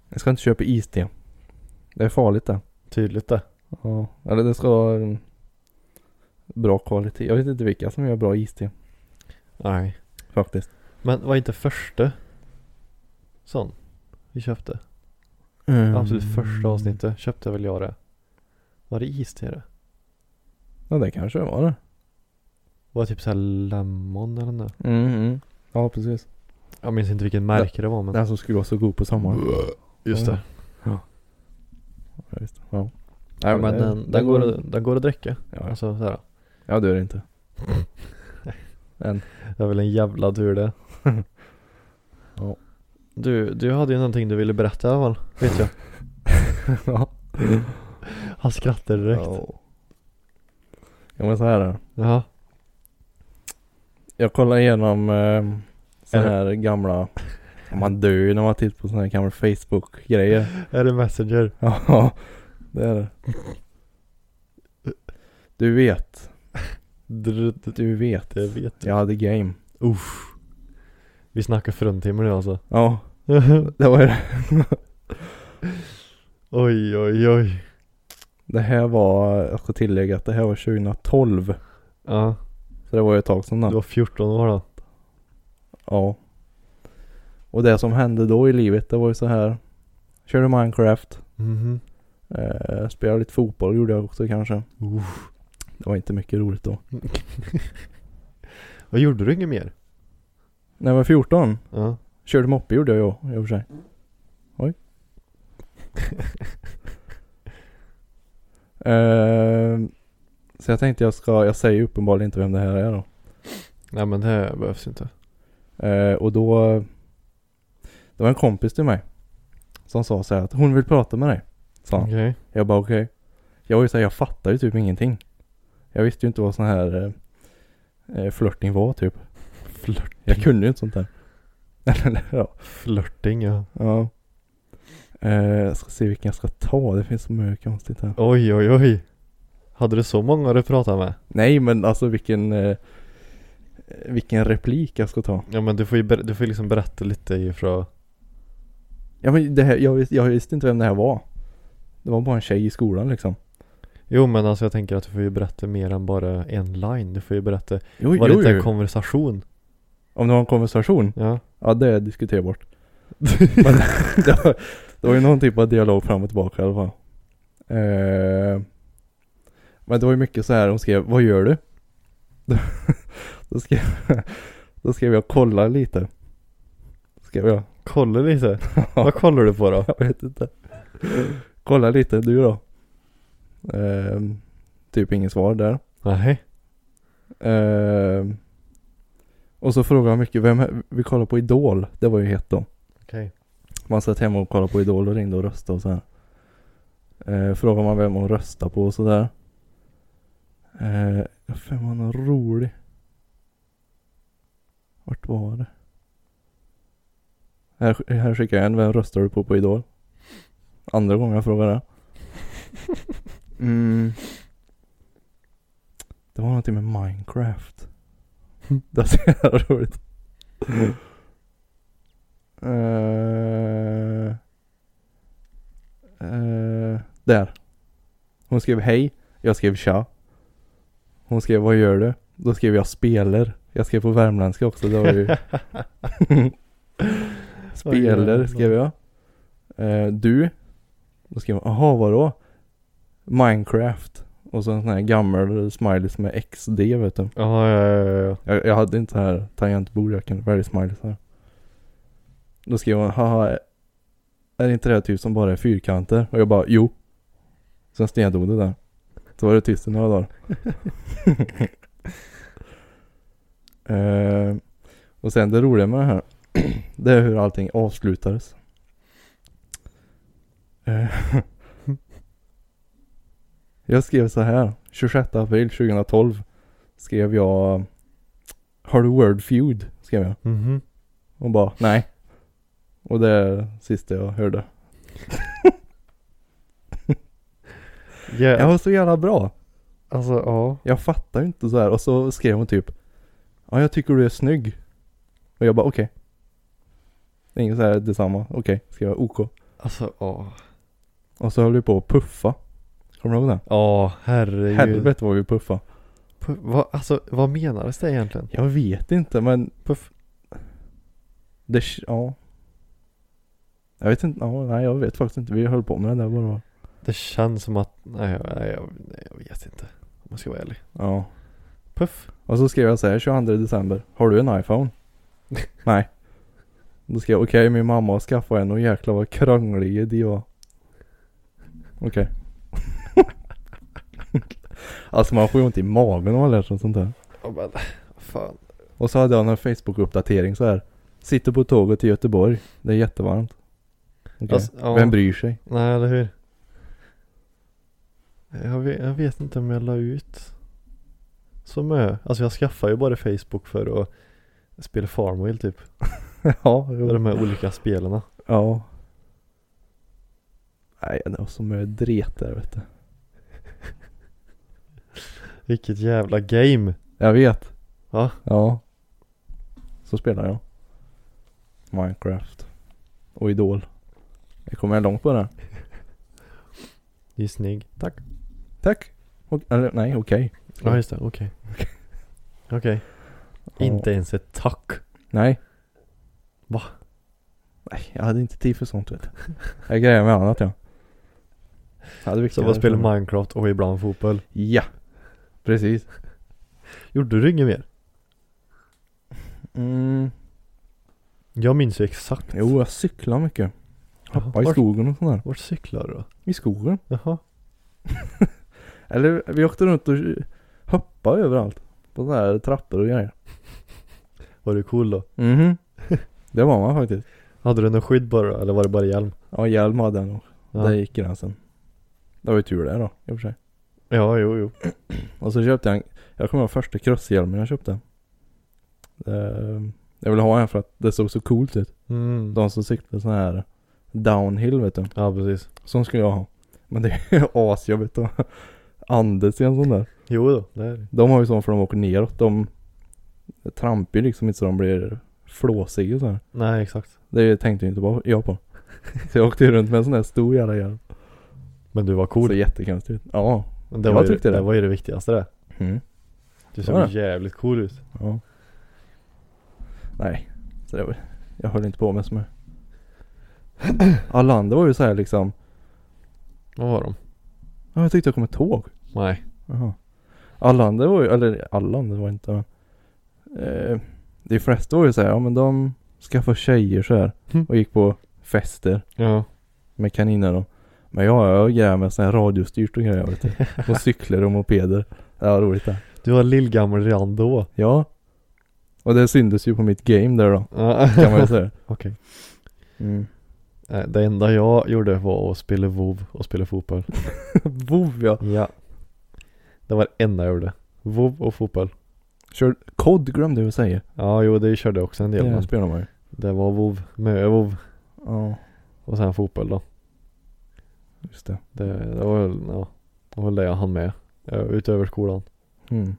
[SPEAKER 2] Jag ska inte köpa iste. Det är farligt det.
[SPEAKER 1] Tydligt det.
[SPEAKER 2] Ja, eller det ska vara mm, bra kvalitet. Jag vet inte vilka som gör bra iste
[SPEAKER 1] Nej.
[SPEAKER 2] faktiskt.
[SPEAKER 1] Men var inte första sån vi köpte? Absolut Alltså, första avsnittet köpte väl jag det. Var det iste i det?
[SPEAKER 2] Ja det kanske det var det.
[SPEAKER 1] Var det typ såhär Lemon eller nåt?
[SPEAKER 2] Mm,
[SPEAKER 1] Mm-hmm.
[SPEAKER 2] mm. Ja precis.
[SPEAKER 1] Jag minns inte vilket märke det var men.
[SPEAKER 2] Den som skulle vara så god på sommaren.
[SPEAKER 1] Just det.
[SPEAKER 2] Ja, just det. Ja.
[SPEAKER 1] Ja, men
[SPEAKER 2] det-
[SPEAKER 1] den,
[SPEAKER 2] det
[SPEAKER 1] den, går, att- den går att dricka.
[SPEAKER 2] Ja,
[SPEAKER 1] Alltså såhär.
[SPEAKER 2] ja det är det inte. Än.
[SPEAKER 1] Det är väl en jävla tur det.
[SPEAKER 2] Ja.
[SPEAKER 1] Du, du hade ju någonting du ville berätta i alla fall. Vet jag.
[SPEAKER 2] ja.
[SPEAKER 1] Han skrattade direkt. Ja.
[SPEAKER 2] Ja. Ja men så här är det.
[SPEAKER 1] Jaha.
[SPEAKER 2] Jag kollar igenom eh, sådana
[SPEAKER 1] Är
[SPEAKER 2] här gamla Man dör ju när man tittar på sådana här gamla Facebook grejer
[SPEAKER 1] Är det Messenger?
[SPEAKER 2] Ja, det är det. Du vet,
[SPEAKER 1] Dr- dr-
[SPEAKER 2] du vet.
[SPEAKER 1] Det vet
[SPEAKER 2] Jag hade game.
[SPEAKER 1] Uff. Vi snackar fruntimmer nu alltså.
[SPEAKER 2] Ja, det var ju det.
[SPEAKER 1] oj oj oj.
[SPEAKER 2] Det här var, jag ska tillägga att det här var 2012.
[SPEAKER 1] Ja.
[SPEAKER 2] Så det var ju ett tag sedan
[SPEAKER 1] Du
[SPEAKER 2] då.
[SPEAKER 1] var 14 år då.
[SPEAKER 2] Ja. Och det som hände då i livet, det var ju så här. Körde Minecraft.
[SPEAKER 1] Mhm.
[SPEAKER 2] Eh, spelade lite fotboll gjorde jag också kanske. Det var inte mycket roligt då.
[SPEAKER 1] Vad gjorde du inget mer?
[SPEAKER 2] När jag var 14
[SPEAKER 1] Ja.
[SPEAKER 2] Körde moppe gjorde jag ju i och för sig. Oj. Ehm, så jag tänkte jag ska, jag säger uppenbarligen inte vem det här är då.
[SPEAKER 1] Nej men det behövs inte.
[SPEAKER 2] Ehm, och då, det var en kompis till mig. Som sa så här att hon vill prata med dig. Sa han.
[SPEAKER 1] Okej.
[SPEAKER 2] Jag bara okej. Jag var ju såhär, jag fattar ju typ ingenting. Jag visste ju inte vad sån här eh, eh, flörtning var typ. Flört. Jag kunde ju inte sånt där. Eller ja.
[SPEAKER 1] Flörting ja.
[SPEAKER 2] Ja. Eh, jag ska se vilken jag ska ta. Det finns så mycket konstigt här.
[SPEAKER 1] Oj oj oj. Hade du så många du pratade med?
[SPEAKER 2] Nej men alltså vilken eh, vilken replik jag ska ta.
[SPEAKER 1] Ja men du får ju ber- du får ju liksom berätta lite ifrån
[SPEAKER 2] Ja, men det här, jag, vis, jag visste inte vem det här var. Det var bara en tjej i skolan liksom.
[SPEAKER 1] Jo men alltså jag tänker att du får ju berätta mer än bara en line. Du får ju berätta.
[SPEAKER 2] Jo,
[SPEAKER 1] Var det
[SPEAKER 2] jo,
[SPEAKER 1] inte en
[SPEAKER 2] jo.
[SPEAKER 1] konversation?
[SPEAKER 2] Om det var en konversation?
[SPEAKER 1] Ja.
[SPEAKER 2] Ja det är diskuterbart. men det, var, det var ju någon typ av dialog fram och tillbaka i alla fall. Eh, men det var ju mycket så här hon skrev, vad gör du? Då- då, skrev, då skrev jag kolla lite. Skrev jag.
[SPEAKER 1] Kolla lite. Vad kollar du på då?
[SPEAKER 2] Jag vet inte. Kolla lite, du då? Eh, typ inget svar där.
[SPEAKER 1] Nej.
[SPEAKER 2] Eh, och så frågade jag mycket, vem, vi kollar på Idol, det var ju hett då.
[SPEAKER 1] Okej.
[SPEAKER 2] Man satt hemma och kollade på Idol och ringde och röstade och så här. Eh, frågar man vem hon röstar på och sådär. Eh, vem var någon rolig? Vart var det? Här, sk- här skickar jag en. Vem röstar du på på Idol? Andra gången jag frågar det. Mm. Det var någonting med Minecraft. det var så jävla roligt. Eh, eh, där. Hon skrev hej. Jag skrev tja. Hon skrev vad gör du? Då skrev jag spelar. Jag skrev på värmländska också. Det var ju spelar skrev jag. Eh, du. Då skrev jag aha vadå? Minecraft. Och så en sån här gammal smiley som är XD vet du.
[SPEAKER 1] Ja, ja, ja, ja, ja.
[SPEAKER 2] Jag, jag hade inte så här tangentbord jag kunde välja smileys här. Då skrev hon haha. Är inte det här typ som bara är fyrkanter? Och jag bara jo. Sen stendog det där. Så var det tyst i några dagar. eh, och sen det roliga med det här. det är hur allting avslutades. Eh, jag skrev så här. 26 april 2012 skrev jag Har du Word Feud? skrev jag.
[SPEAKER 1] Mhm.
[SPEAKER 2] Och bara nej. Och det är det sista jag hörde.
[SPEAKER 1] Ja,
[SPEAKER 2] Jag var så jävla bra.
[SPEAKER 1] alltså ja.
[SPEAKER 2] Jag fattar ju inte så här. Och så skrev hon typ Ja jag tycker du är snygg. Och jag bara okej. Okay. Inget så här detsamma. Okej. Skrev jag OK.
[SPEAKER 1] Alltså ja.
[SPEAKER 2] Och så höll vi på att puffa. Kommer du ihåg det?
[SPEAKER 1] Ja, herregud.
[SPEAKER 2] Helvete vad vi puffa.
[SPEAKER 1] Puff, vad, alltså vad menades det egentligen?
[SPEAKER 2] Jag vet inte men
[SPEAKER 1] Puff.
[SPEAKER 2] det, ja. Jag vet inte, ja, nej jag vet faktiskt inte. Vi höll på med det där bara.
[SPEAKER 1] Det känns som att, nej jag, nej, jag, nej, jag vet inte. Om jag ska vara ärlig.
[SPEAKER 2] Ja.
[SPEAKER 1] Puff.
[SPEAKER 2] Och så skrev jag så här 22 december. Har du en iPhone? Nej. Då skrev jag okej min mamma har skaffat en och jäklar vad krångliga de var. Okej. alltså man får ju ont i magen om man lär sig sånt här.
[SPEAKER 1] Ja men, fan.
[SPEAKER 2] Och så hade jag en Facebook-uppdatering så här. Sitter på tåget till Göteborg. Det är jättevarmt. Okej.
[SPEAKER 1] Alltså, ja.
[SPEAKER 2] Vem bryr sig?
[SPEAKER 1] Nej eller hur? Jag vet, jag vet inte om jag la ut så mycket. Alltså jag skaffade ju bara Facebook för att spela Farmville typ.
[SPEAKER 2] ja,
[SPEAKER 1] Med
[SPEAKER 2] jo.
[SPEAKER 1] de här olika spelen.
[SPEAKER 2] Ja. Nej, det var så mycket dret där vet du.
[SPEAKER 1] Vilket jävla game.
[SPEAKER 2] Jag vet.
[SPEAKER 1] Ja.
[SPEAKER 2] Ja. Så spelar jag. Minecraft. Och Idol. Jag kommer långt på det. här.
[SPEAKER 1] Det är snygg. Tack.
[SPEAKER 2] Tack. Och, eller, nej, okej.
[SPEAKER 1] Ja just det, okej. Okej. Inte ens ett tack.
[SPEAKER 2] Nej.
[SPEAKER 1] Va?
[SPEAKER 2] Nej, jag hade inte tid för sånt vet du. Jag grejer med annat ja. Jag hade
[SPEAKER 1] Så
[SPEAKER 2] viktigare
[SPEAKER 1] vad spelar
[SPEAKER 2] saker.
[SPEAKER 1] Minecraft och ibland fotboll.
[SPEAKER 2] Ja. Precis.
[SPEAKER 1] Gjorde du inget mer?
[SPEAKER 2] Mm.
[SPEAKER 1] Jag minns ju exakt.
[SPEAKER 2] Jo, jag cyklar mycket.
[SPEAKER 1] Jaha.
[SPEAKER 2] Var i
[SPEAKER 1] Vart,
[SPEAKER 2] skogen och sånt där.
[SPEAKER 1] vart cyklar du då?
[SPEAKER 2] I skogen.
[SPEAKER 1] Jaha.
[SPEAKER 2] Eller vi åkte runt och hoppade överallt. På sådana här trappor och grejer.
[SPEAKER 1] Var du cool då?
[SPEAKER 2] Mhm. Det var man faktiskt.
[SPEAKER 1] Hade du något skydd bara eller var det bara hjälm?
[SPEAKER 2] Ja, hjälm hade jag nog.
[SPEAKER 1] Ja.
[SPEAKER 2] Där gick gränsen. Det var ju tur det då, i och för sig.
[SPEAKER 1] Ja, jo, jo.
[SPEAKER 2] Och så köpte jag en, jag kommer ihåg första crosshjälmen jag köpte. Eh, Jag ville ha en för att det såg så coolt ut.
[SPEAKER 1] Mm.
[SPEAKER 2] De som cyklade sån här downhill vet du.
[SPEAKER 1] Ja, precis.
[SPEAKER 2] Sån skulle jag ha. Men det är ju asjobbigt att andas i en sån där.
[SPEAKER 1] Jo då, det är det.
[SPEAKER 2] De har ju sån för de åker neråt. De trampar ju liksom inte så de blir flåsiga så här.
[SPEAKER 1] Nej, exakt.
[SPEAKER 2] Det tänkte ju inte bara jag på. Så jag åkte ju runt med en sån där stor jävla hjälm.
[SPEAKER 1] Men du var
[SPEAKER 2] Så
[SPEAKER 1] cool.
[SPEAKER 2] jättekonstigt. Ja.
[SPEAKER 1] Men det
[SPEAKER 2] jag
[SPEAKER 1] var ju,
[SPEAKER 2] tyckte
[SPEAKER 1] det.
[SPEAKER 2] det.
[SPEAKER 1] var ju det viktigaste det.
[SPEAKER 2] Mm.
[SPEAKER 1] Du
[SPEAKER 2] Ja.
[SPEAKER 1] såg jävligt cool ut.
[SPEAKER 2] Ja. Nej, så det var, jag höll inte på med så mycket. Alla andra var ju så här liksom,
[SPEAKER 1] Vad var de?
[SPEAKER 2] ja jag tyckte jag kom ett tåg.
[SPEAKER 1] Nej.
[SPEAKER 2] Jaha. Alla andra var ju, eller alla andra var inte men. Eh, de flesta var ju så här, ja men de skaffade tjejer så här
[SPEAKER 1] Mm.
[SPEAKER 2] och gick på fester
[SPEAKER 1] Ja.
[SPEAKER 2] med kaniner då. Men jag har ju grejer med sån här radiostyrt och grejer vet du. Och cyklar och mopeder. Det var roligt det.
[SPEAKER 1] Du var lillgammal redan då.
[SPEAKER 2] Ja. Och det syndes ju på mitt game där då. Kan man ju
[SPEAKER 1] Okej.
[SPEAKER 2] säga. Mm.
[SPEAKER 1] Nej, Det enda jag gjorde var att spela WoW och spela fotboll.
[SPEAKER 2] Vov ja.
[SPEAKER 1] Ja. Det var det enda jag gjorde. WoW och fotboll.
[SPEAKER 2] Kör kod glömde jag att säga.
[SPEAKER 1] Ja, jo, det körde jag också en del. men
[SPEAKER 2] spelar man ju.
[SPEAKER 1] Det var WoW, med WoW
[SPEAKER 2] Ja,
[SPEAKER 1] och sen fotboll då.
[SPEAKER 2] just det.
[SPEAKER 1] Det, det var väl, ja, det var väl det jag hann med. eh, Utöver skolan.
[SPEAKER 2] Mm.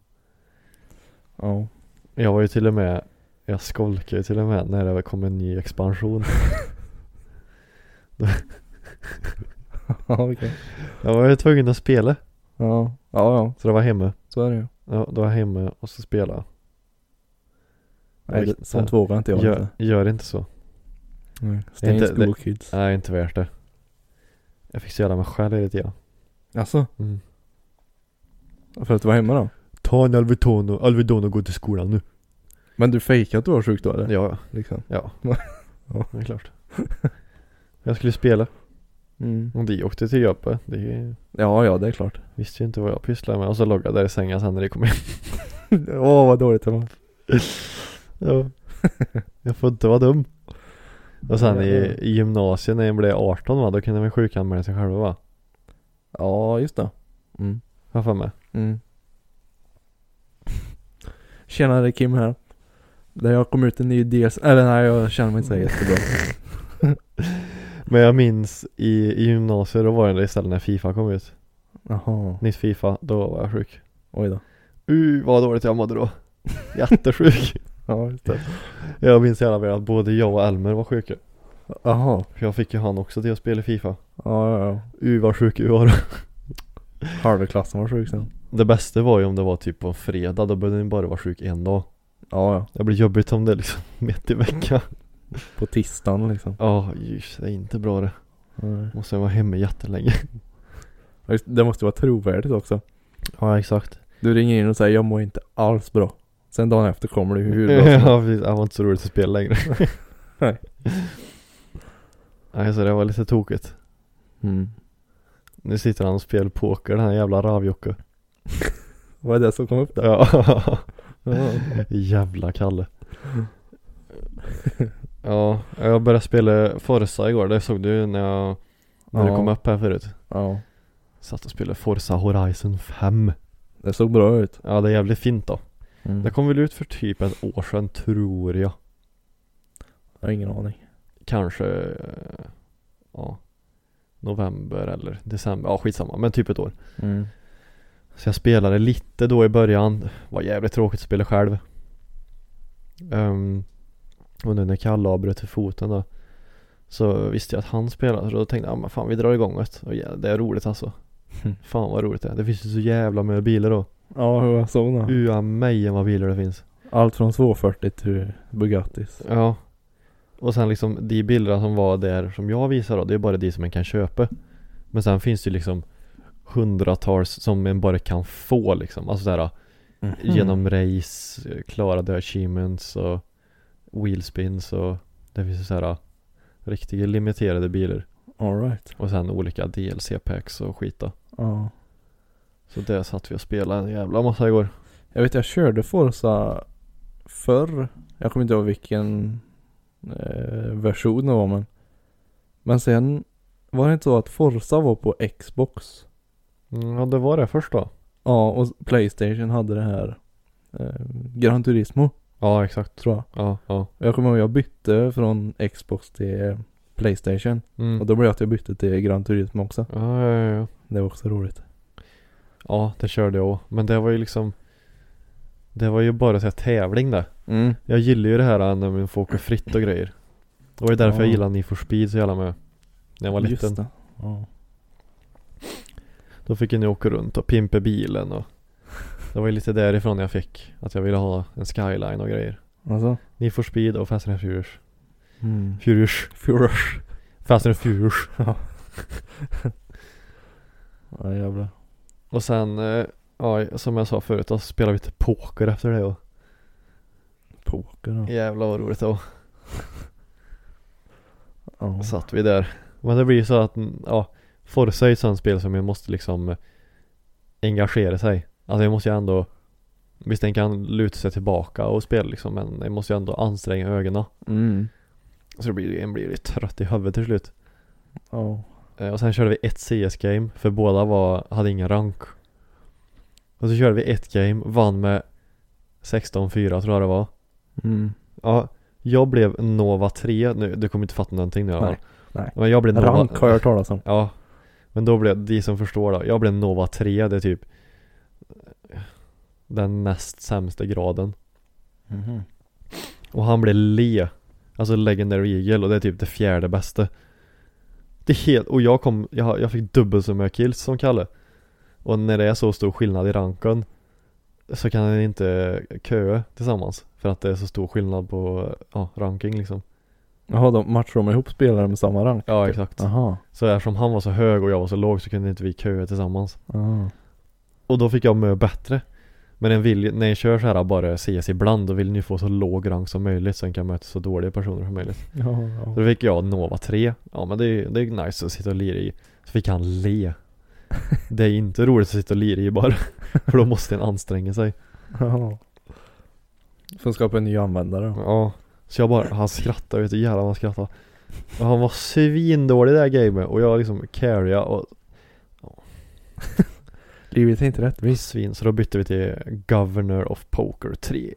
[SPEAKER 2] Ja.
[SPEAKER 1] Jag var ju till och med, jag skolkade ju till och med när det kom en ny expansion.
[SPEAKER 2] Ja, okej.
[SPEAKER 1] Jag var ju tvungen att spela,
[SPEAKER 2] Ja. ja, ja,
[SPEAKER 1] så det var hemma.
[SPEAKER 2] så är det ju.
[SPEAKER 1] Ja, då är jag hemma och så spelar
[SPEAKER 2] Nej,
[SPEAKER 1] det-
[SPEAKER 2] sånt vågar inte jag.
[SPEAKER 1] jag. Gör,
[SPEAKER 2] inte.
[SPEAKER 1] gör inte så.
[SPEAKER 2] Nej. Stay in
[SPEAKER 1] inte-
[SPEAKER 2] school
[SPEAKER 1] det-
[SPEAKER 2] kids.
[SPEAKER 1] Nej, inte värt det. Jag fick så jävla mig själv lite grann.
[SPEAKER 2] Alltså,
[SPEAKER 1] Mm.
[SPEAKER 2] för att du var hemma då?
[SPEAKER 1] Ta en Alvedon och Alvedon och gå till skolan nu.
[SPEAKER 2] Men du fejkade att du var sjuk då eller?
[SPEAKER 1] Ja,
[SPEAKER 2] Liksom.
[SPEAKER 1] ja.
[SPEAKER 2] Ja.
[SPEAKER 1] Det är klart. Jag skulle spela.
[SPEAKER 2] Mm.
[SPEAKER 1] Och de åkte till jobbet. De
[SPEAKER 2] Ja, ja det är klart.
[SPEAKER 1] visste ju inte vad jag pysslade med. Och så låg jag där i sängen sen när de kom in.
[SPEAKER 2] Åh vad dåligt det var.
[SPEAKER 1] Ja. Jag får inte vara dum. Och sen i,
[SPEAKER 2] Ja.
[SPEAKER 1] i gymnasiet när jag blev 18 va, då kunde man sjukanmäla sig själva va?
[SPEAKER 2] Ja, just det. Mm.
[SPEAKER 1] Har jag för mig.
[SPEAKER 2] Mm. Tjena det är Kim här. Där jag kom ut en ny dels... Eller nej jag känner mig inte så jättebra.
[SPEAKER 1] Men jag minns i, i gymnasiet, då var det istället när Fifa kom ut.
[SPEAKER 2] Jaha.
[SPEAKER 1] Nytt Fifa, då var jag sjuk.
[SPEAKER 2] Oj då.
[SPEAKER 1] Uh vad dåligt jag mådde då. Jättesjuk.
[SPEAKER 2] Ja just det.
[SPEAKER 1] jag minns jävla väl att både jag och Elmer var sjuka.
[SPEAKER 2] Jaha.
[SPEAKER 1] För jag fick ju han också till att spela Fifa.
[SPEAKER 2] Ja ja ja.
[SPEAKER 1] Uh vad sjuk jag var.
[SPEAKER 2] Halva klassen var sjuk sen.
[SPEAKER 1] Det bästa var ju om det var typ på en fredag, då behövde ni bara vara sjuk en dag.
[SPEAKER 2] Ja ja.
[SPEAKER 1] Det blir jobbigt om det är liksom mitt i
[SPEAKER 2] Mm.
[SPEAKER 1] veckan.
[SPEAKER 2] På tisdagen liksom.
[SPEAKER 1] Ja, just det är inte bra det.
[SPEAKER 2] Nej.
[SPEAKER 1] Måste jag vara hemma jättelänge.
[SPEAKER 2] Ja, just- Det måste vara trovärdigt också.
[SPEAKER 1] Ja, exakt.
[SPEAKER 2] Du ringer in och säger jag mår inte alls bra. Sen dagen efter kommer du hur bra som helst.
[SPEAKER 1] ja, precis. Det var inte så roligt att spela längre.
[SPEAKER 2] Nej.
[SPEAKER 1] Nej, så det var lite tokigt.
[SPEAKER 2] mm.
[SPEAKER 1] Nu sitter han och spelar poker, den här jävla Ravjocke.
[SPEAKER 2] Vad är det som kom upp där?
[SPEAKER 1] Ja.
[SPEAKER 2] Ja.
[SPEAKER 1] Jävla Kalle. ja, jag började spela Forza igår. Det såg du när jag, när du
[SPEAKER 2] Ja.
[SPEAKER 1] kom upp här förut.
[SPEAKER 2] ja.
[SPEAKER 1] Satt och spelade Forza Horizon 5.
[SPEAKER 2] Det såg bra ut.
[SPEAKER 1] Ja, det är jävligt fint då.
[SPEAKER 2] Mm.
[SPEAKER 1] Det kom väl ut för typ ett år sedan tror jag.
[SPEAKER 2] Jag har ingen aning.
[SPEAKER 1] Kanske, eh, ja, november eller december. Ja, skitsamma. Men typ ett år.
[SPEAKER 2] Mm.
[SPEAKER 1] Så jag spelade lite då i början. Det var jävligt tråkigt att spela själv. Ehm, och nu när Kalle avbröt för foten då. Så visste jag att han spelade. Så då tänkte jag, ah, men fan vi drar igång det. Och jä- det är roligt alltså.
[SPEAKER 2] Mm.
[SPEAKER 1] Fan vad roligt det är. Det finns ju så jävla många bilar då.
[SPEAKER 2] Ja, hur jag såg det.
[SPEAKER 1] Ua mejen vad bilar det finns.
[SPEAKER 2] Allt från 240 till Bugattis.
[SPEAKER 1] Ja. Och sen liksom de bilderna som var där som jag visar då. Det är bara de som man kan köpa. Men sen finns det ju liksom hundratals som man bara kan få liksom. Alltså såhär
[SPEAKER 2] Mm.
[SPEAKER 1] Mm. genom race, eh, klarade achievements och wheelspins och det finns ju så här riktiga limiterade bilar
[SPEAKER 2] Alright.
[SPEAKER 1] och sen olika DLC packs och skit då.
[SPEAKER 2] Ja.
[SPEAKER 1] Så det satt vi och spelade en jävla massa igår.
[SPEAKER 2] Jag vet jag körde Forza förr. Jag kommer inte ihåg vilken eh, version det var men. Men sen var det inte så att Forza var på Xbox.
[SPEAKER 1] Mm, ja det var det först då.
[SPEAKER 2] Ja och Playstation hade det här eh, Gran Turismo
[SPEAKER 1] Ja exakt.
[SPEAKER 2] tror jag.
[SPEAKER 1] Ja, ja.
[SPEAKER 2] Och jag kommer ihåg jag bytte från Xbox till Playstation.
[SPEAKER 1] Mm.
[SPEAKER 2] Och då blev det att jag bytte till Gran Turismo också.
[SPEAKER 1] Ja, ja, ja, ja.
[SPEAKER 2] Det var också roligt.
[SPEAKER 1] ja det körde jag också. Men det var ju liksom Det var ju bara så här tävling det.
[SPEAKER 2] Mm.
[SPEAKER 1] Jag gillar ju det här när man får åka fritt och grejer. Det var ju därför jag
[SPEAKER 2] Ja.
[SPEAKER 1] gillade Need for Speed så jävla mycket. När jag var liten.
[SPEAKER 2] Just det. Ja.
[SPEAKER 1] Då fick jag nu åka runt och pimpa bilen och Det var ju lite därifrån jag fick att jag ville ha en skyline och grejer
[SPEAKER 2] Alltså.
[SPEAKER 1] Need for speed och Fast and Furious
[SPEAKER 2] Mm.
[SPEAKER 1] Furious
[SPEAKER 2] Furious.
[SPEAKER 1] Fast and Furious
[SPEAKER 2] Ja jävlar.
[SPEAKER 1] Och sen, eh, ja som jag sa förut, då spelade vi lite poker efter det och
[SPEAKER 2] Poker då.
[SPEAKER 1] Jävlar vad roligt då
[SPEAKER 2] Ja.
[SPEAKER 1] satt vi där Men det blir ju så att, mm, ja Forza är ju ett sånt spel som jag måste liksom eh, Engagera sig Alltså jag måste ju ändå Visst den kan luta sig tillbaka och spela liksom men jag måste ju ändå anstränga ögonen
[SPEAKER 2] Mm.
[SPEAKER 1] Så det blir, en blir ju trött i huvudet till slut
[SPEAKER 2] Ja.
[SPEAKER 1] Eh, Och sen körde vi ett CS-game, för båda var, hade ingen rank. Och så körde vi ett game, vann med 16-4 tror jag det var.
[SPEAKER 2] Mm.
[SPEAKER 1] Ja, jag blev Nova 3, nu, du kommer inte fatta någonting nu
[SPEAKER 2] Nej,
[SPEAKER 1] va?
[SPEAKER 2] nej.
[SPEAKER 1] Men jag blev Nova...
[SPEAKER 2] Rank har jag hört talas om.
[SPEAKER 1] Ja. Men då blev, de som förstår då, jag blev Nova 3, det är typ den näst sämsta graden.
[SPEAKER 2] Mm.
[SPEAKER 1] Och han blev Le, alltså Legendary Eagle och det är typ det fjärde bästa. Det är helt, och jag kom, jag, jag fick dubbelt så många kills som Kalle. Och när det är så stor skillnad i ranken så kan ni inte köa tillsammans för att det är så stor skillnad på ja, ranking liksom.
[SPEAKER 2] Jaha, de matchar de ihop spelare med samma rank?
[SPEAKER 1] Ja exakt.
[SPEAKER 2] Jaha.
[SPEAKER 1] Så eftersom han var så hög och jag var så låg så kunde inte vi köa tillsammans.
[SPEAKER 2] Ah.
[SPEAKER 1] Och då fick jag mö bättre. Men en vill, när ni kör så här bara CS ibland då vill ni få så låg rank som möjligt så ni kan möta så dåliga personer som möjligt.
[SPEAKER 2] Ja,
[SPEAKER 1] Så
[SPEAKER 2] ja.
[SPEAKER 1] då fick jag Nova 3. Ja men det är, det är nice att sitta och lira i. Så fick han le. Det är inte roligt att sitta och lira i bara. För då måste en anstränga sig.
[SPEAKER 2] ja. Får skapa en ny användare då.
[SPEAKER 1] Ja, så jag bara, han skrattade vet du, jävlar vad han skrattade och Han var svindålig i det här gamet och jag liksom carryade och
[SPEAKER 2] Livet är inte rättvist.
[SPEAKER 1] svin Så då bytte vi till Governor of Poker 3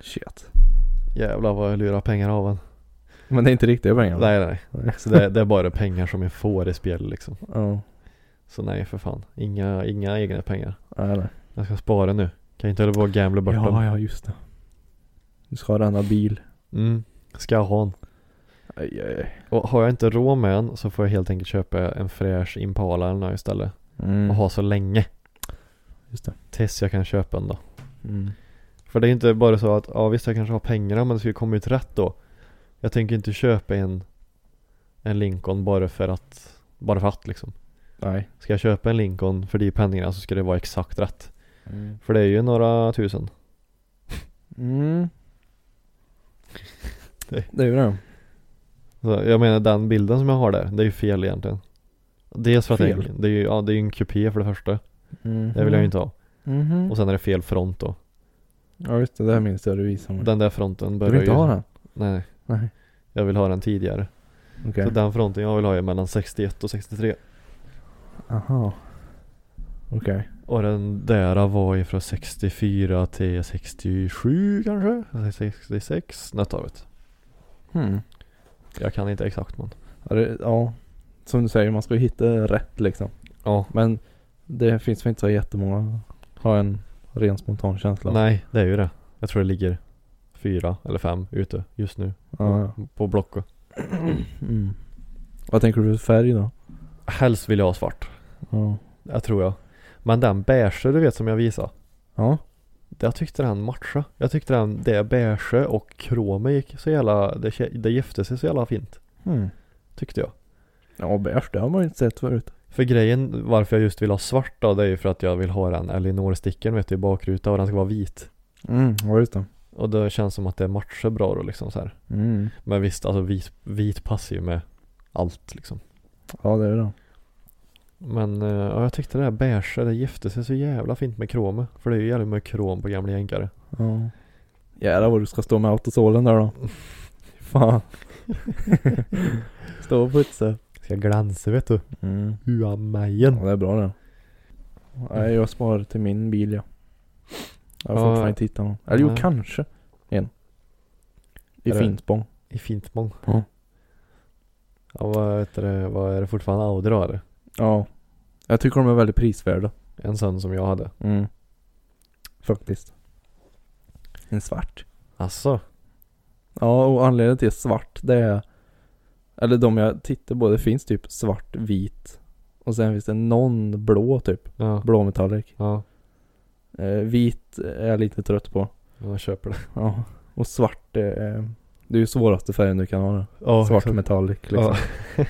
[SPEAKER 2] Shit.
[SPEAKER 1] Jävlar vad jag lurar pengar av en
[SPEAKER 2] Men det är inte riktiga pengar.
[SPEAKER 1] Nej nej,
[SPEAKER 2] Nej.
[SPEAKER 1] så det, det är bara pengar som jag får i spel liksom
[SPEAKER 2] Ja.
[SPEAKER 1] Så nej för fan, inga, inga egna pengar
[SPEAKER 2] Nej, nej.
[SPEAKER 1] Jag ska spara nu Kan inte hålla på och gambla bort
[SPEAKER 2] Ja,
[SPEAKER 1] dem
[SPEAKER 2] ja, just det. Du ska ha denna bil.
[SPEAKER 1] mm. Ska jag ha en
[SPEAKER 2] Aj, aj, aj.
[SPEAKER 1] Och har jag inte råd med en så får jag helt enkelt köpa en fräsch Impala eller något istället
[SPEAKER 2] Mm.
[SPEAKER 1] Och ha så länge
[SPEAKER 2] Just det.
[SPEAKER 1] Tills jag kan köpa en då
[SPEAKER 2] Mm.
[SPEAKER 1] För det är inte bara så att, ja visst jag kanske har pengarna men det ska ju komma ut rätt då Jag tänker inte köpa en En Lincoln bara för att Bara för att liksom
[SPEAKER 2] Nej.
[SPEAKER 1] Ska jag köpa en Lincoln för de pengarna så ska det vara exakt rätt För det är ju några tusen
[SPEAKER 2] Mm.
[SPEAKER 1] Nej.
[SPEAKER 2] Det är ju det.
[SPEAKER 1] så Jag menar den bilden som jag har där, det är ju fel egentligen Dels för att det är,
[SPEAKER 2] Fel?
[SPEAKER 1] det är ju, ja det är ju en kupé för det första Det vill jag ju inte ha
[SPEAKER 2] Mhm.
[SPEAKER 1] Och sen är det fel front då
[SPEAKER 2] Ja just det, det här minns jag du visade mig.
[SPEAKER 1] Den där fronten
[SPEAKER 2] Mm. du
[SPEAKER 1] börjar
[SPEAKER 2] vill inte
[SPEAKER 1] ju
[SPEAKER 2] ha den?
[SPEAKER 1] Nej,
[SPEAKER 2] Nej.
[SPEAKER 1] jag vill ha den tidigare
[SPEAKER 2] Okej.
[SPEAKER 1] Så den fronten jag vill ha är mellan 61 och 63
[SPEAKER 2] Aha. Okej.
[SPEAKER 1] Och den där var ju från 64 till 67 kanske? Eller 66? Något av det.
[SPEAKER 2] Hmm.
[SPEAKER 1] Jag kan inte exakt men.
[SPEAKER 2] Ja, det, ja. Som du säger, man ska ju hitta rätt liksom.
[SPEAKER 1] Ja.
[SPEAKER 2] Men det finns väl inte så jättemånga. Har en ren spontan känsla.
[SPEAKER 1] Nej, det är ju det. Jag tror det ligger fyra eller fem ute just nu.
[SPEAKER 2] Ja, ja.
[SPEAKER 1] På Blocket.
[SPEAKER 2] Mm. Vad tänker du för färg då?
[SPEAKER 1] Helst vill jag ha svart.
[SPEAKER 2] Ja.
[SPEAKER 1] Det tror jag. Men den beige du vet som jag visade.
[SPEAKER 2] Ja.
[SPEAKER 1] Jag tyckte den matcha. Jag tyckte den, det beige och kroma gick så jävla, det, ke- det gifte sig så jävla fint.
[SPEAKER 2] Hmm.
[SPEAKER 1] Tyckte jag.
[SPEAKER 2] Ja, beige, det har man ju inte sett förut.
[SPEAKER 1] För grejen varför jag just vill ha svart då, det är ju för att jag vill ha den Elinor-sticken vet du i bakruta och den ska vara vit.
[SPEAKER 2] Mm, ja just det.
[SPEAKER 1] Och det känns som att det matchar bra då liksom så här.
[SPEAKER 2] Mm.
[SPEAKER 1] Men visst, alltså vit, vit passar ju med allt liksom.
[SPEAKER 2] Ja, det är det.
[SPEAKER 1] Men eh, ja, jag tyckte det här beige, det gifte sig så jävla fint med krom. För det är ju jävligt mycket krom på gamla jänkare.
[SPEAKER 2] Ja. Jävlar vad du ska stå med autosolen där då. Fan. stå och putsa.
[SPEAKER 1] Ska glansa vet du.
[SPEAKER 2] Mm.
[SPEAKER 1] Huamajen.
[SPEAKER 2] Ja, det är bra det. Nej, jag sparar till min bil ja. Jag har
[SPEAKER 1] Ja.
[SPEAKER 2] fortfarande inte hittat någon. Eller jo,
[SPEAKER 1] Nej.
[SPEAKER 2] kanske. En. I
[SPEAKER 1] Är det-
[SPEAKER 2] Finspång.
[SPEAKER 1] I fint mång.
[SPEAKER 2] Ja.
[SPEAKER 1] Ja, vad heter det, vad är det fortfarande Audi då eller?
[SPEAKER 2] Ja. Jag tycker de är väldigt prisvärda.
[SPEAKER 1] En sån som jag hade.
[SPEAKER 2] Mm. Faktiskt. En svart.
[SPEAKER 1] Alltså.
[SPEAKER 2] Ja, och anledningen till svart det är Eller de jag tittar på, det finns typ svart, vit Och sen finns det någon blå typ
[SPEAKER 1] Ja.
[SPEAKER 2] Blå metallic
[SPEAKER 1] Ja.
[SPEAKER 2] eh, Vit är jag lite trött på
[SPEAKER 1] Jag köper det.
[SPEAKER 2] Ja Och svart det är Det är ju svåraste färgen du kan ha då.
[SPEAKER 1] Ja,
[SPEAKER 2] Svart
[SPEAKER 1] exakt.
[SPEAKER 2] metallic liksom
[SPEAKER 1] Ja.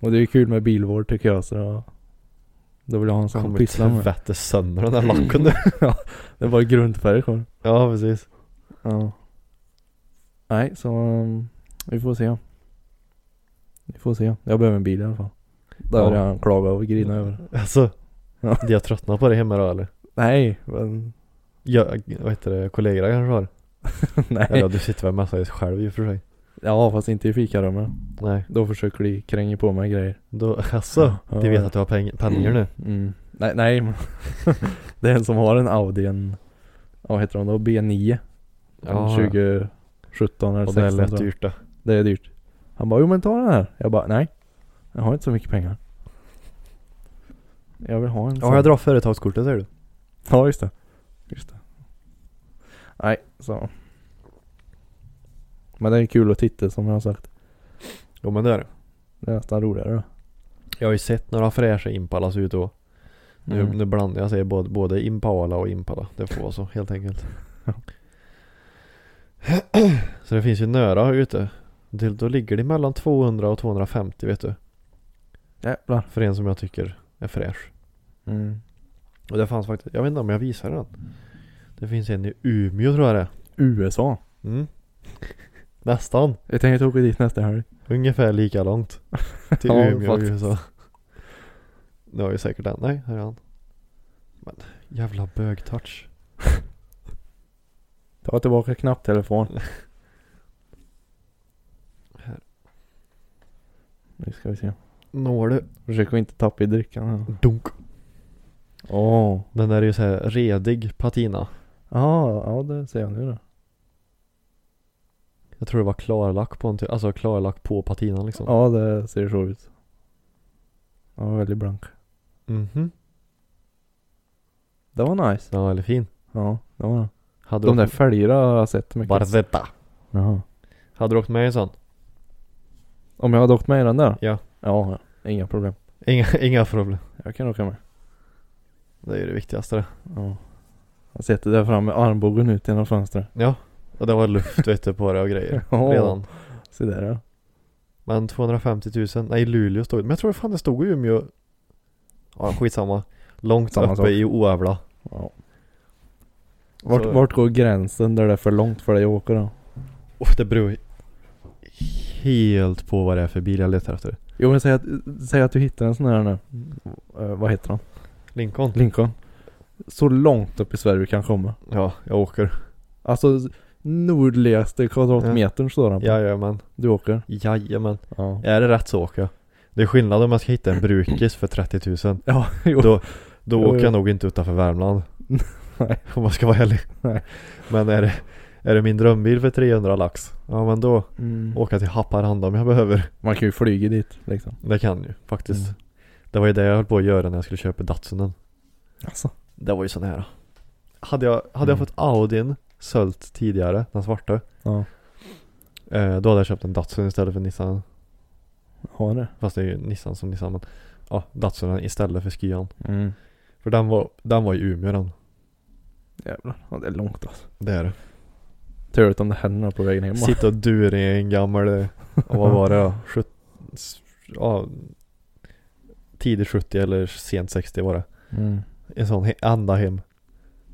[SPEAKER 2] Och det är ju kul med bilvård tycker jag så då, då vill jag ha en sån att
[SPEAKER 1] Kommer
[SPEAKER 2] pyssla med
[SPEAKER 1] tvätta sönder den där lacken nu.
[SPEAKER 2] Det var grundfärg kvar
[SPEAKER 1] ja precis.
[SPEAKER 2] Ja Nej så um, Vi får se Vi får se Jag behöver en bil i alla fall Där har
[SPEAKER 1] Ja.
[SPEAKER 2] jag klagat och grinat över
[SPEAKER 1] Alltså.
[SPEAKER 2] Ja.
[SPEAKER 1] De har tröttnat på det hemma då eller?
[SPEAKER 2] Nej, men
[SPEAKER 1] Jag, vad heter det, kollegorna kanske har? Eller
[SPEAKER 2] nej.
[SPEAKER 1] ja, du sitter väl massa själv i och för sig?
[SPEAKER 2] Ja, fast inte i fikarummet.
[SPEAKER 1] Nej.
[SPEAKER 2] Då försöker de kränga på mig grejer.
[SPEAKER 1] Då, alltså,
[SPEAKER 2] Ja,
[SPEAKER 1] de
[SPEAKER 2] ja.
[SPEAKER 1] vet att du har peng- pengar nu?
[SPEAKER 2] Mm. Nej, nej. men det är en som har en Audi, en, ja, vad heter de då? B9.
[SPEAKER 1] Ja,
[SPEAKER 2] Ja, 2017 eller
[SPEAKER 1] Och det är
[SPEAKER 2] 16
[SPEAKER 1] lätt
[SPEAKER 2] tror jag.
[SPEAKER 1] dyrt det.
[SPEAKER 2] Det är dyrt. Han bara, jo men ta den här. Jag bara, nej. Jag har inte så mycket pengar. Jag vill ha en sån.
[SPEAKER 1] Ja, jag drar företagskortet säger du.
[SPEAKER 2] Ja, just det. Just det. Nej, så. Men det är kul att titta som jag har sagt.
[SPEAKER 1] Jo men det är det.
[SPEAKER 2] Det är nästan roligare då.
[SPEAKER 1] Jag har ju sett några fräscha Impalas ute och Nu,
[SPEAKER 2] Mm.
[SPEAKER 1] nu blandar jag säger både, både Impala och Impala. Det får vara så helt enkelt. så det finns ju nära här ute. Det, då ligger det mellan 200 och 250 vet du.
[SPEAKER 2] Jävlar.
[SPEAKER 1] För en som jag tycker är fräsch. Mm. Och det fanns faktiskt, jag vet inte om jag visar den. Det finns en i Umeå tror jag det är.
[SPEAKER 2] USA.
[SPEAKER 1] Mm. Nästan.
[SPEAKER 2] Jag tänker åka dit nästa helg.
[SPEAKER 1] Ungefär lika långt. Till
[SPEAKER 2] Ja,
[SPEAKER 1] Umeå och
[SPEAKER 2] faktiskt.
[SPEAKER 1] USA. Det var ju säkert den. Nej, här är han. Men jävla bögtouch.
[SPEAKER 2] Ta tillbaka knapptelefon.
[SPEAKER 1] Här.
[SPEAKER 2] Nu ska vi se.
[SPEAKER 1] Når du?
[SPEAKER 2] Försök att inte tappa i drickan här.
[SPEAKER 1] Dunk.
[SPEAKER 2] Åh.
[SPEAKER 1] Den där är ju så här redig patina.
[SPEAKER 2] Ja, ja det ser jag nu då.
[SPEAKER 1] Jag tror det var klarlack på en typ. Alltså klarlack på patinan liksom.
[SPEAKER 2] Ja, det ser så ut. Den var väldigt blank.
[SPEAKER 1] Mhm.
[SPEAKER 2] Det var nice.
[SPEAKER 1] Ja, eller fin.
[SPEAKER 2] Ja, det var det.
[SPEAKER 1] Hade
[SPEAKER 2] De
[SPEAKER 1] du
[SPEAKER 2] där
[SPEAKER 1] åkt-
[SPEAKER 2] fälgarna har jag sett mycket.
[SPEAKER 1] Barzetta.
[SPEAKER 2] Jaha.
[SPEAKER 1] Hade du åkt med i en sån?
[SPEAKER 2] Om jag hade åkt med i den där?
[SPEAKER 1] Ja.
[SPEAKER 2] Ja, ja. inga problem.
[SPEAKER 1] Inga, inga problem.
[SPEAKER 2] Jag kan åka med.
[SPEAKER 1] Det är ju det viktigaste det.
[SPEAKER 2] Ja. Jag sitter där framme med armbågen ut genom fönstret.
[SPEAKER 1] Ja. Och det var luft vet du på det och grejer.
[SPEAKER 2] Ja.
[SPEAKER 1] Redan.
[SPEAKER 2] Se där ja.
[SPEAKER 1] Men 250 000, nej Luleå stod Men jag tror fan det stod i Umeå Ja skitsamma Långt
[SPEAKER 2] Samma
[SPEAKER 1] uppe
[SPEAKER 2] sak.
[SPEAKER 1] i Oävla
[SPEAKER 2] ja. Vart,
[SPEAKER 1] Så-
[SPEAKER 2] vart går gränsen där det är för långt för dig att åka då?
[SPEAKER 1] Uff, Det beror helt på vad det är för bil jag letar efter
[SPEAKER 2] Jo men säg att, säg att du hittar en sån här nu. Eh, vad heter han?
[SPEAKER 1] Lincoln?
[SPEAKER 2] Lincoln. Så långt upp i Sverige du kan komma.
[SPEAKER 1] Ja, jag åker
[SPEAKER 2] Alltså nordligaste kvadratmetern står han på.
[SPEAKER 1] Jajamän
[SPEAKER 2] Du åker.
[SPEAKER 1] Jajamän
[SPEAKER 2] Ja.
[SPEAKER 1] Är det rätt så åker jag Det är skillnad om jag ska hitta en brukis för 30 000
[SPEAKER 2] Ja, jo.
[SPEAKER 1] Då, då
[SPEAKER 2] Jo,
[SPEAKER 1] åker
[SPEAKER 2] jo.
[SPEAKER 1] jag nog inte utanför Värmland
[SPEAKER 2] Nej.
[SPEAKER 1] Om man ska vara ärlig
[SPEAKER 2] Nej.
[SPEAKER 1] Men är det, är det min drömbil för 300 lax Ja men då
[SPEAKER 2] Mm.
[SPEAKER 1] åka till Haparanda om jag behöver
[SPEAKER 2] Man kan ju flyga dit liksom.
[SPEAKER 1] Det kan ju faktiskt.
[SPEAKER 2] Mm.
[SPEAKER 1] Det var ju det jag höll på att göra när jag skulle köpa Datsunen.
[SPEAKER 2] Alltså.
[SPEAKER 1] Det var ju så nära. Hade jag, hade
[SPEAKER 2] Mm.
[SPEAKER 1] jag fått Audin sölt tidigare, den svarta,
[SPEAKER 2] Ja.
[SPEAKER 1] eh, då hade jag köpt en Datsun istället för Nissan.
[SPEAKER 2] Har det.
[SPEAKER 1] Fast det är ju Nissan som Nissan men ja, Datsunen istället för Skyan.
[SPEAKER 2] Mm.
[SPEAKER 1] För den var, den var i Umeå den.
[SPEAKER 2] Jävlar. Ja, det är långt alltså.
[SPEAKER 1] Det är det.
[SPEAKER 2] Tur om det händer något på vägen hemma.
[SPEAKER 1] Sitta och dura i en gammal, eh, ja, vad var det då? Sjut, s- ja, tidigt 70 eller sent 60 var det.
[SPEAKER 2] Mm.
[SPEAKER 1] En sån he- ända hem.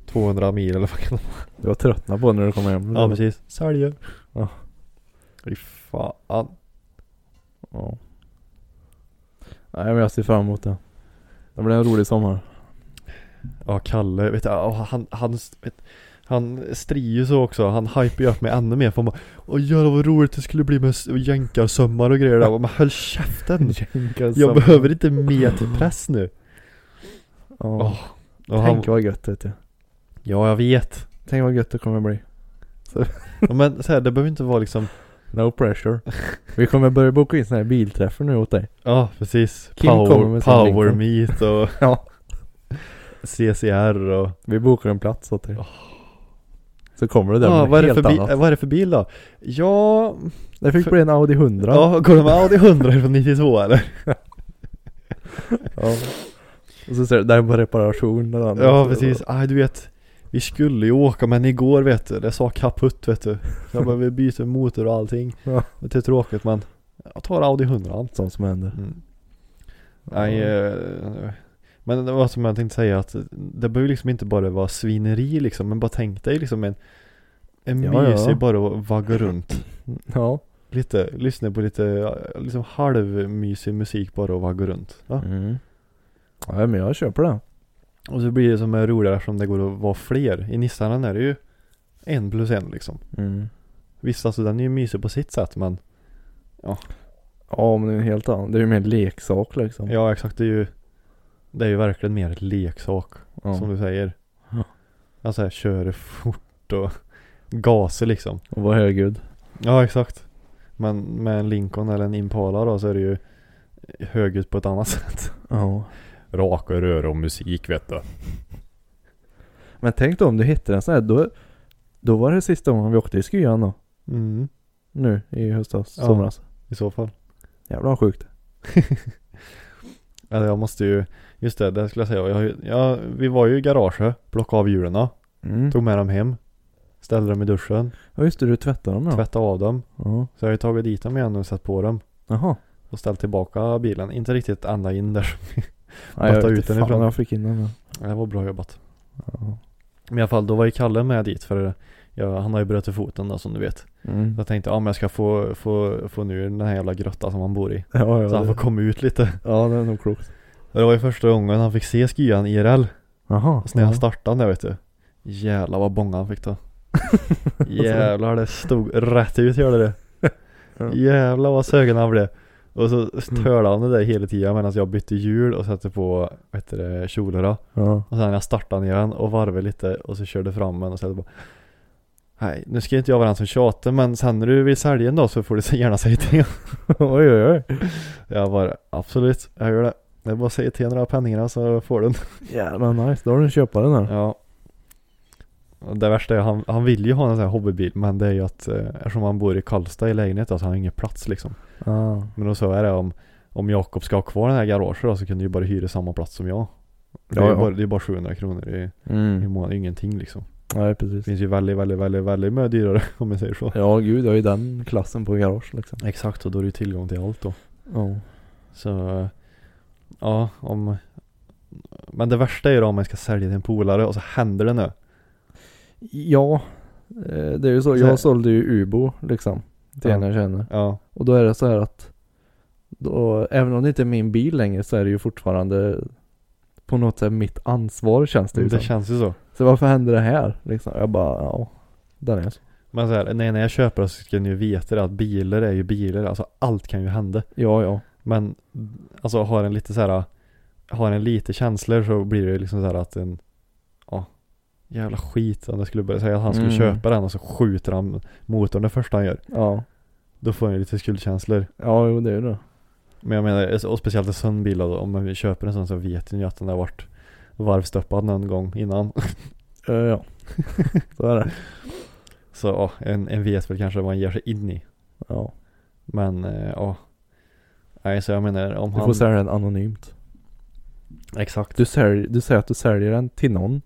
[SPEAKER 1] 200 mil eller vad kan
[SPEAKER 2] Du har tröttnat på när du kommer hem.
[SPEAKER 1] Ja precis. Säljer.
[SPEAKER 2] Ja.
[SPEAKER 1] Fy fan.
[SPEAKER 2] Ja. Nej men jag ser fram emot det. Det blir en rolig sommar.
[SPEAKER 1] Ja Kalle, vet du, ja, han, han, vet, han strider ju så också. Han hypar ju upp mig ännu mer. För han bara, Åh jävlar vad roligt det skulle bli med s- jänkarsömmar och grejer där. Jag bara, Men håll käften. Jag behöver inte meterpress nu.
[SPEAKER 2] Ja.
[SPEAKER 1] Åh, Och han,
[SPEAKER 2] Tänk vad gött vet du.
[SPEAKER 1] ja jag vet.
[SPEAKER 2] Tänk vad gött det kommer bli.
[SPEAKER 1] Ja, Men så här, det behöver inte vara liksom,
[SPEAKER 2] No pressure. Vi kommer börja boka in såna här bilträffar nu åt dig.
[SPEAKER 1] ja precis.
[SPEAKER 2] Kim kommer
[SPEAKER 1] Power,
[SPEAKER 2] med sin
[SPEAKER 1] power
[SPEAKER 2] Lincoln.
[SPEAKER 1] meet och
[SPEAKER 2] Ja.
[SPEAKER 1] CCR och
[SPEAKER 2] Vi bokar en plats åt dig. Så kommer du där
[SPEAKER 1] ja,
[SPEAKER 2] med
[SPEAKER 1] vad, är det
[SPEAKER 2] helt
[SPEAKER 1] för bil,
[SPEAKER 2] annat.
[SPEAKER 1] vad är det för bil då? Ja,
[SPEAKER 2] Det fick
[SPEAKER 1] för-
[SPEAKER 2] bli en Audi 100.
[SPEAKER 1] ja går de med Audi 100 från 92 eller?
[SPEAKER 2] Ja. Och så säger du, det här är på reparation. Den andra.
[SPEAKER 1] Ja precis, aj du vet Vi skulle ju åka men igår vet du, det sa kaputt vet du Så jag bara, vi byter motor och allting
[SPEAKER 2] Ja. Mm.
[SPEAKER 1] Det är tråkigt men Jag tar Audi 100
[SPEAKER 2] Sånt som händer.
[SPEAKER 1] Nej eh, Men det var som jag tänkte säga att Det behöver liksom inte bara vara svineri liksom Men bara tänk dig liksom en En
[SPEAKER 2] Ja, ja.
[SPEAKER 1] mysig bara att vagga runt
[SPEAKER 2] Ja.
[SPEAKER 1] Lite, lyssna på lite eh, liksom halvmysig musik bara och vagga runt ja.
[SPEAKER 2] Mm. Ja men jag köper det.
[SPEAKER 1] Och så blir det som är roligare eftersom det går att vara fler I Nissanen är det ju en plus en liksom
[SPEAKER 2] Mm.
[SPEAKER 1] Visst alltså den är ju mysig på sitt sätt men
[SPEAKER 2] Ja men det är en helt annan. Det är ju mer en leksak liksom.
[SPEAKER 1] Ja exakt det är ju Det är ju verkligen mer leksak
[SPEAKER 2] Ja.
[SPEAKER 1] som du säger
[SPEAKER 2] Ja.
[SPEAKER 1] Alltså här, kör fort och gaser liksom
[SPEAKER 2] Och var högljudd.
[SPEAKER 1] Ja exakt Men med en Lincoln eller en Impala då så är det ju Högljutt på ett annat sätt
[SPEAKER 2] Ja.
[SPEAKER 1] Rak och rör och musik vet du
[SPEAKER 2] Men tänk då om du hittar en sån här. Då, då var det sista gången vi åkte i skyan då.
[SPEAKER 1] Mm
[SPEAKER 2] Nu i höstas,
[SPEAKER 1] Ja.
[SPEAKER 2] somras.
[SPEAKER 1] I så fall
[SPEAKER 2] Jävlar vad sjukt.
[SPEAKER 1] Eller jag måste ju, just det, det skulle jag säga. Jag, har ju- jag, vi var ju i garaget, plockade av djuren,
[SPEAKER 2] Mm.
[SPEAKER 1] tog med dem hem, ställde dem i duschen,
[SPEAKER 2] Ja just det, du tvättar dem ja.
[SPEAKER 1] tvättade av dem.
[SPEAKER 2] ja.
[SPEAKER 1] Så jag har ju tagit dit dem igen nu och satt på dem
[SPEAKER 2] Jaha.
[SPEAKER 1] och ställt tillbaka bilen. Inte riktigt ända in där.
[SPEAKER 2] Nej, jag
[SPEAKER 1] Batta
[SPEAKER 2] vet
[SPEAKER 1] ut
[SPEAKER 2] inte
[SPEAKER 1] den ifrån.
[SPEAKER 2] Fan, jag fick in den. ja.
[SPEAKER 1] Det var bra jobbat.
[SPEAKER 2] Ja.
[SPEAKER 1] Men i alla fall, då var ju Kalle med dit för jag, han har ju brutit foten då som du vet.
[SPEAKER 2] Mm.
[SPEAKER 1] Så jag tänkte, ja men jag ska få, få, få nu den här jävla grottan som han bor i.
[SPEAKER 2] Ja, ja,
[SPEAKER 1] Så han får
[SPEAKER 2] det,
[SPEAKER 1] komma ut lite.
[SPEAKER 2] ja, det är nog klokt.
[SPEAKER 1] Och Det var ju första gången han fick se skyan IRL.
[SPEAKER 2] Jaha.
[SPEAKER 1] Och så när han
[SPEAKER 2] ja.
[SPEAKER 1] startade där vet du. Jävlar vad bånga han fick då. Jävlar det stod rätt ut gjorde det.
[SPEAKER 2] Ja. Mm.
[SPEAKER 1] Jävlar vad sögen han blev. Och så störde han det där hela tiden medan jag bytte hjul och satte på, vad heter det, kjolar då.
[SPEAKER 2] Ja.
[SPEAKER 1] Och sen när jag startade igen och varvade lite och så körde fram den och så bara Nej, nu ska inte jag vara den som tjatar men sen när du vill sälja en dag så får du så gärna säga till.
[SPEAKER 2] oj, oj, oj.
[SPEAKER 1] Jag bara absolut, jag gör det. Det är bara att säga till några penningarna så får du den.
[SPEAKER 2] Jävlar nice. Då har du en köpare där.
[SPEAKER 1] Ja. Och Det värsta är han, han vill ju ha en sån här hobbybil men det är ju att eh, eftersom han bor i Karlstad i lägenhet då, så har han ingen plats liksom.
[SPEAKER 2] Ja.
[SPEAKER 1] Men då så är det om, om Jakob ska ha kvar den här garaget då så kan du ju bara hyra samma plats som jag. Det är
[SPEAKER 2] Ja,
[SPEAKER 1] ju
[SPEAKER 2] ja.
[SPEAKER 1] bara, det är bara 700 kronor i, i
[SPEAKER 2] Mm.
[SPEAKER 1] månaden, det är ingenting liksom.
[SPEAKER 2] Nej,
[SPEAKER 1] Det
[SPEAKER 2] precis.
[SPEAKER 1] finns ju väldigt, väldigt, väldigt, väldigt mycket dyrare om man säger så.
[SPEAKER 2] Ja, gud. Jag är ju den klassen på garage liksom.
[SPEAKER 1] Exakt och då är det ju tillgång till allt då.
[SPEAKER 2] Ja.
[SPEAKER 1] Så eh, ja, om men det värsta är ju då om man ska sälja till en polare och så händer det nu.
[SPEAKER 2] Ja. eh, Det är ju så.
[SPEAKER 1] Så här-
[SPEAKER 2] Jag sålde ju Ubo liksom. Till
[SPEAKER 1] Ja.
[SPEAKER 2] en jag känner.
[SPEAKER 1] Ja,
[SPEAKER 2] Och då är det så här att. Då, även om det inte är min bil längre så är det ju fortfarande. På något sätt mitt ansvar känns det ju
[SPEAKER 1] Mm, det
[SPEAKER 2] som.
[SPEAKER 1] känns ju så.
[SPEAKER 2] Så varför händer det här? Liksom. Jag bara, ja. Där är jag.
[SPEAKER 1] Men så här, nej, när jag köper det så ska ni ju veta det att bilar är ju bilar, alltså allt kan ju hända.
[SPEAKER 2] Ja, ja.
[SPEAKER 1] Men alltså har en lite så här, har en lite känslor så blir det ju liksom så här att en, ja, jävla skit om jag skulle börja säga att han skulle
[SPEAKER 2] Mm.
[SPEAKER 1] köpa den och så skjuter han motorn det första han gör.
[SPEAKER 2] Ja.
[SPEAKER 1] Då får han ju lite skuldkänslor.
[SPEAKER 2] Ja, jo det är det.
[SPEAKER 1] Men jag menar, och speciellt en sån bil då, om man köper en sån så vet ni ju att den har varit varvstöppad någon gång innan.
[SPEAKER 2] Ja, ja. så är det.
[SPEAKER 1] Så ja, en, en vet väl kanske vad man ger sig in i.
[SPEAKER 2] Ja.
[SPEAKER 1] Men eh, ja. Nej så jag menar om
[SPEAKER 2] Du
[SPEAKER 1] han...
[SPEAKER 2] får sälja den anonymt.
[SPEAKER 1] Exakt.
[SPEAKER 2] Du, sälj, du säger att du säljer den till någon.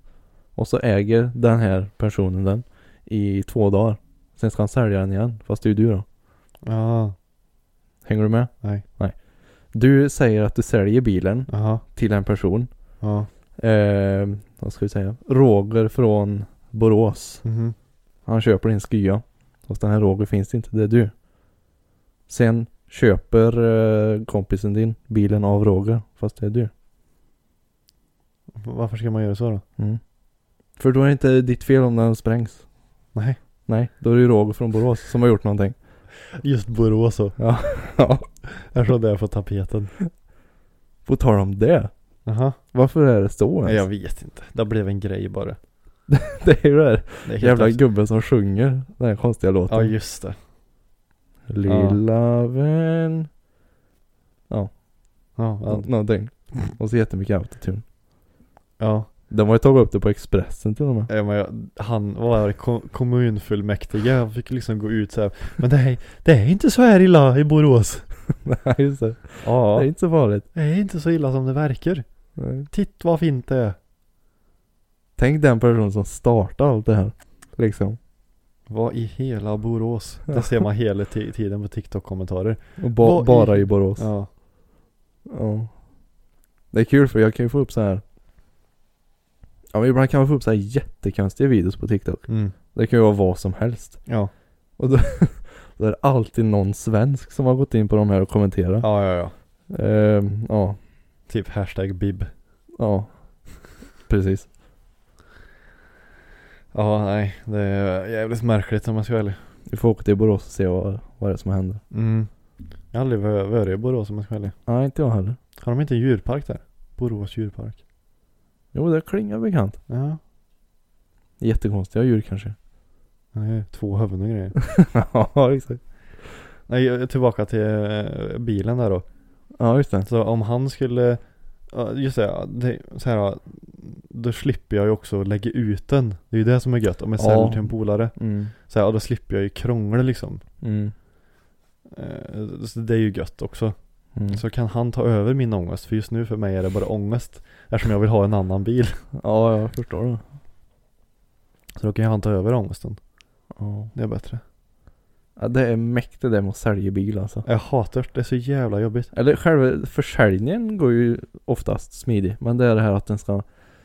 [SPEAKER 2] Och så äger den här personen den i två dagar. Sen ska han sälja den igen. Fast det är ju du då.
[SPEAKER 1] Ja,
[SPEAKER 2] Hänger du med?
[SPEAKER 1] nej.
[SPEAKER 2] Du säger att du säljer bilen
[SPEAKER 1] Jaha.
[SPEAKER 2] till en person.
[SPEAKER 1] Ja.
[SPEAKER 2] Eh, vad ska vi säga? Roger från Borås.
[SPEAKER 1] Mhm.
[SPEAKER 2] Han köper din skya. Fast den här Roger finns inte. Det är du. Sen köper eh, kompisen din bilen av Roger. Fast det är du.
[SPEAKER 1] Varför ska man göra så då?
[SPEAKER 2] Mm. För då är det inte ditt fel om den sprängs.
[SPEAKER 1] Nej.
[SPEAKER 2] Nej, då är det ju Roger från Borås som har gjort någonting.
[SPEAKER 1] Just Borås så.
[SPEAKER 2] Ja. ja.
[SPEAKER 1] Jag tror det är på tapeten.
[SPEAKER 2] På tal om det.
[SPEAKER 1] Jaha.
[SPEAKER 2] Varför är det så
[SPEAKER 1] Nej, jag
[SPEAKER 2] ens?
[SPEAKER 1] vet inte. Det blev en grej bara.
[SPEAKER 2] Det är ju det här
[SPEAKER 1] Det är helt
[SPEAKER 2] jävla
[SPEAKER 1] abs-
[SPEAKER 2] gubben som sjunger den här konstiga låten.
[SPEAKER 1] Ja just det.
[SPEAKER 2] Lilla vän.
[SPEAKER 1] Ja. Ja.
[SPEAKER 2] Nå- Någonting. Och så jättemycket autotune.
[SPEAKER 1] ja.
[SPEAKER 2] De har ju tagit upp det på Expressen till och med.
[SPEAKER 1] Ja, men jag, han var det, Ko- kommunfullmäktige, han fick liksom gå ut så här. Men nej, det är inte så här illa i Borås.
[SPEAKER 2] Nej, just det. Det är
[SPEAKER 1] Ja,
[SPEAKER 2] inte så farligt.
[SPEAKER 1] det är inte så illa som det verkar.
[SPEAKER 2] Nej.
[SPEAKER 1] Titt vad fint det är.
[SPEAKER 2] Tänk den personen som startar allt det här. Liksom.
[SPEAKER 1] Vad i hela Borås? Det ser man hela ti- tiden på TikTok-kommentarer.
[SPEAKER 2] Och
[SPEAKER 1] Vad
[SPEAKER 2] ba-
[SPEAKER 1] i-
[SPEAKER 2] bara i Borås.
[SPEAKER 1] Ja.
[SPEAKER 2] Ja. Det är kul för jag kan ju få upp så här. Ja men ibland kan man få upp så här jättekonstiga videos på TikTok.
[SPEAKER 1] Mm.
[SPEAKER 2] Det kan ju vara vad som helst.
[SPEAKER 1] Ja.
[SPEAKER 2] Då är det alltid någon svensk som har gått in på de här och kommenterat.
[SPEAKER 1] Ja, ja, ja.
[SPEAKER 2] Ehm, ja.
[SPEAKER 1] Typ hashtag bib.
[SPEAKER 2] ja. Precis.
[SPEAKER 1] Ja, nej. Det är jävligt märkligt om man ska vara ärlig.
[SPEAKER 2] Vi får åka till Borås och se vad, vad det är som händer.
[SPEAKER 1] Mm. Jag har aldrig va- varit i Borås om man ska vara ärlig.
[SPEAKER 2] Nej inte jag heller.
[SPEAKER 1] Har de inte en djurpark där? Borås djurpark.
[SPEAKER 2] Jo det klingar bekant.
[SPEAKER 1] Ja.
[SPEAKER 2] Jättekonstiga djur kanske.
[SPEAKER 1] Det är två huvuden och grejer.
[SPEAKER 2] ja exakt.
[SPEAKER 1] Nej, jag- tillbaka till eh, bilen där då.
[SPEAKER 2] Ja just det.
[SPEAKER 1] Så om han skulle, ja, just det, ja, det, så här, ja, då slipper jag ju också lägga ut den. Det är ju det som är gött. Om jag
[SPEAKER 2] Ja.
[SPEAKER 1] säljer till en polare,
[SPEAKER 2] Mm.
[SPEAKER 1] så här, ja, då slipper jag ju krångla liksom.
[SPEAKER 2] Mm.
[SPEAKER 1] Eh, Så det är ju gött också.
[SPEAKER 2] Mm.
[SPEAKER 1] Så kan han ta över min ångest för just nu för mig är det bara ångest Eftersom jag vill ha en annan bil
[SPEAKER 2] Ja, jag förstår det.
[SPEAKER 1] Så då kan ju han ta över ångesten
[SPEAKER 2] Ja.
[SPEAKER 1] Det är bättre
[SPEAKER 2] Ja, det är mäktigt det med att sälja bil alltså.
[SPEAKER 1] Jag hatar det, det är så jävla jobbigt
[SPEAKER 2] Eller själva försäljningen går ju oftast smidigt. Men det är det här att den ska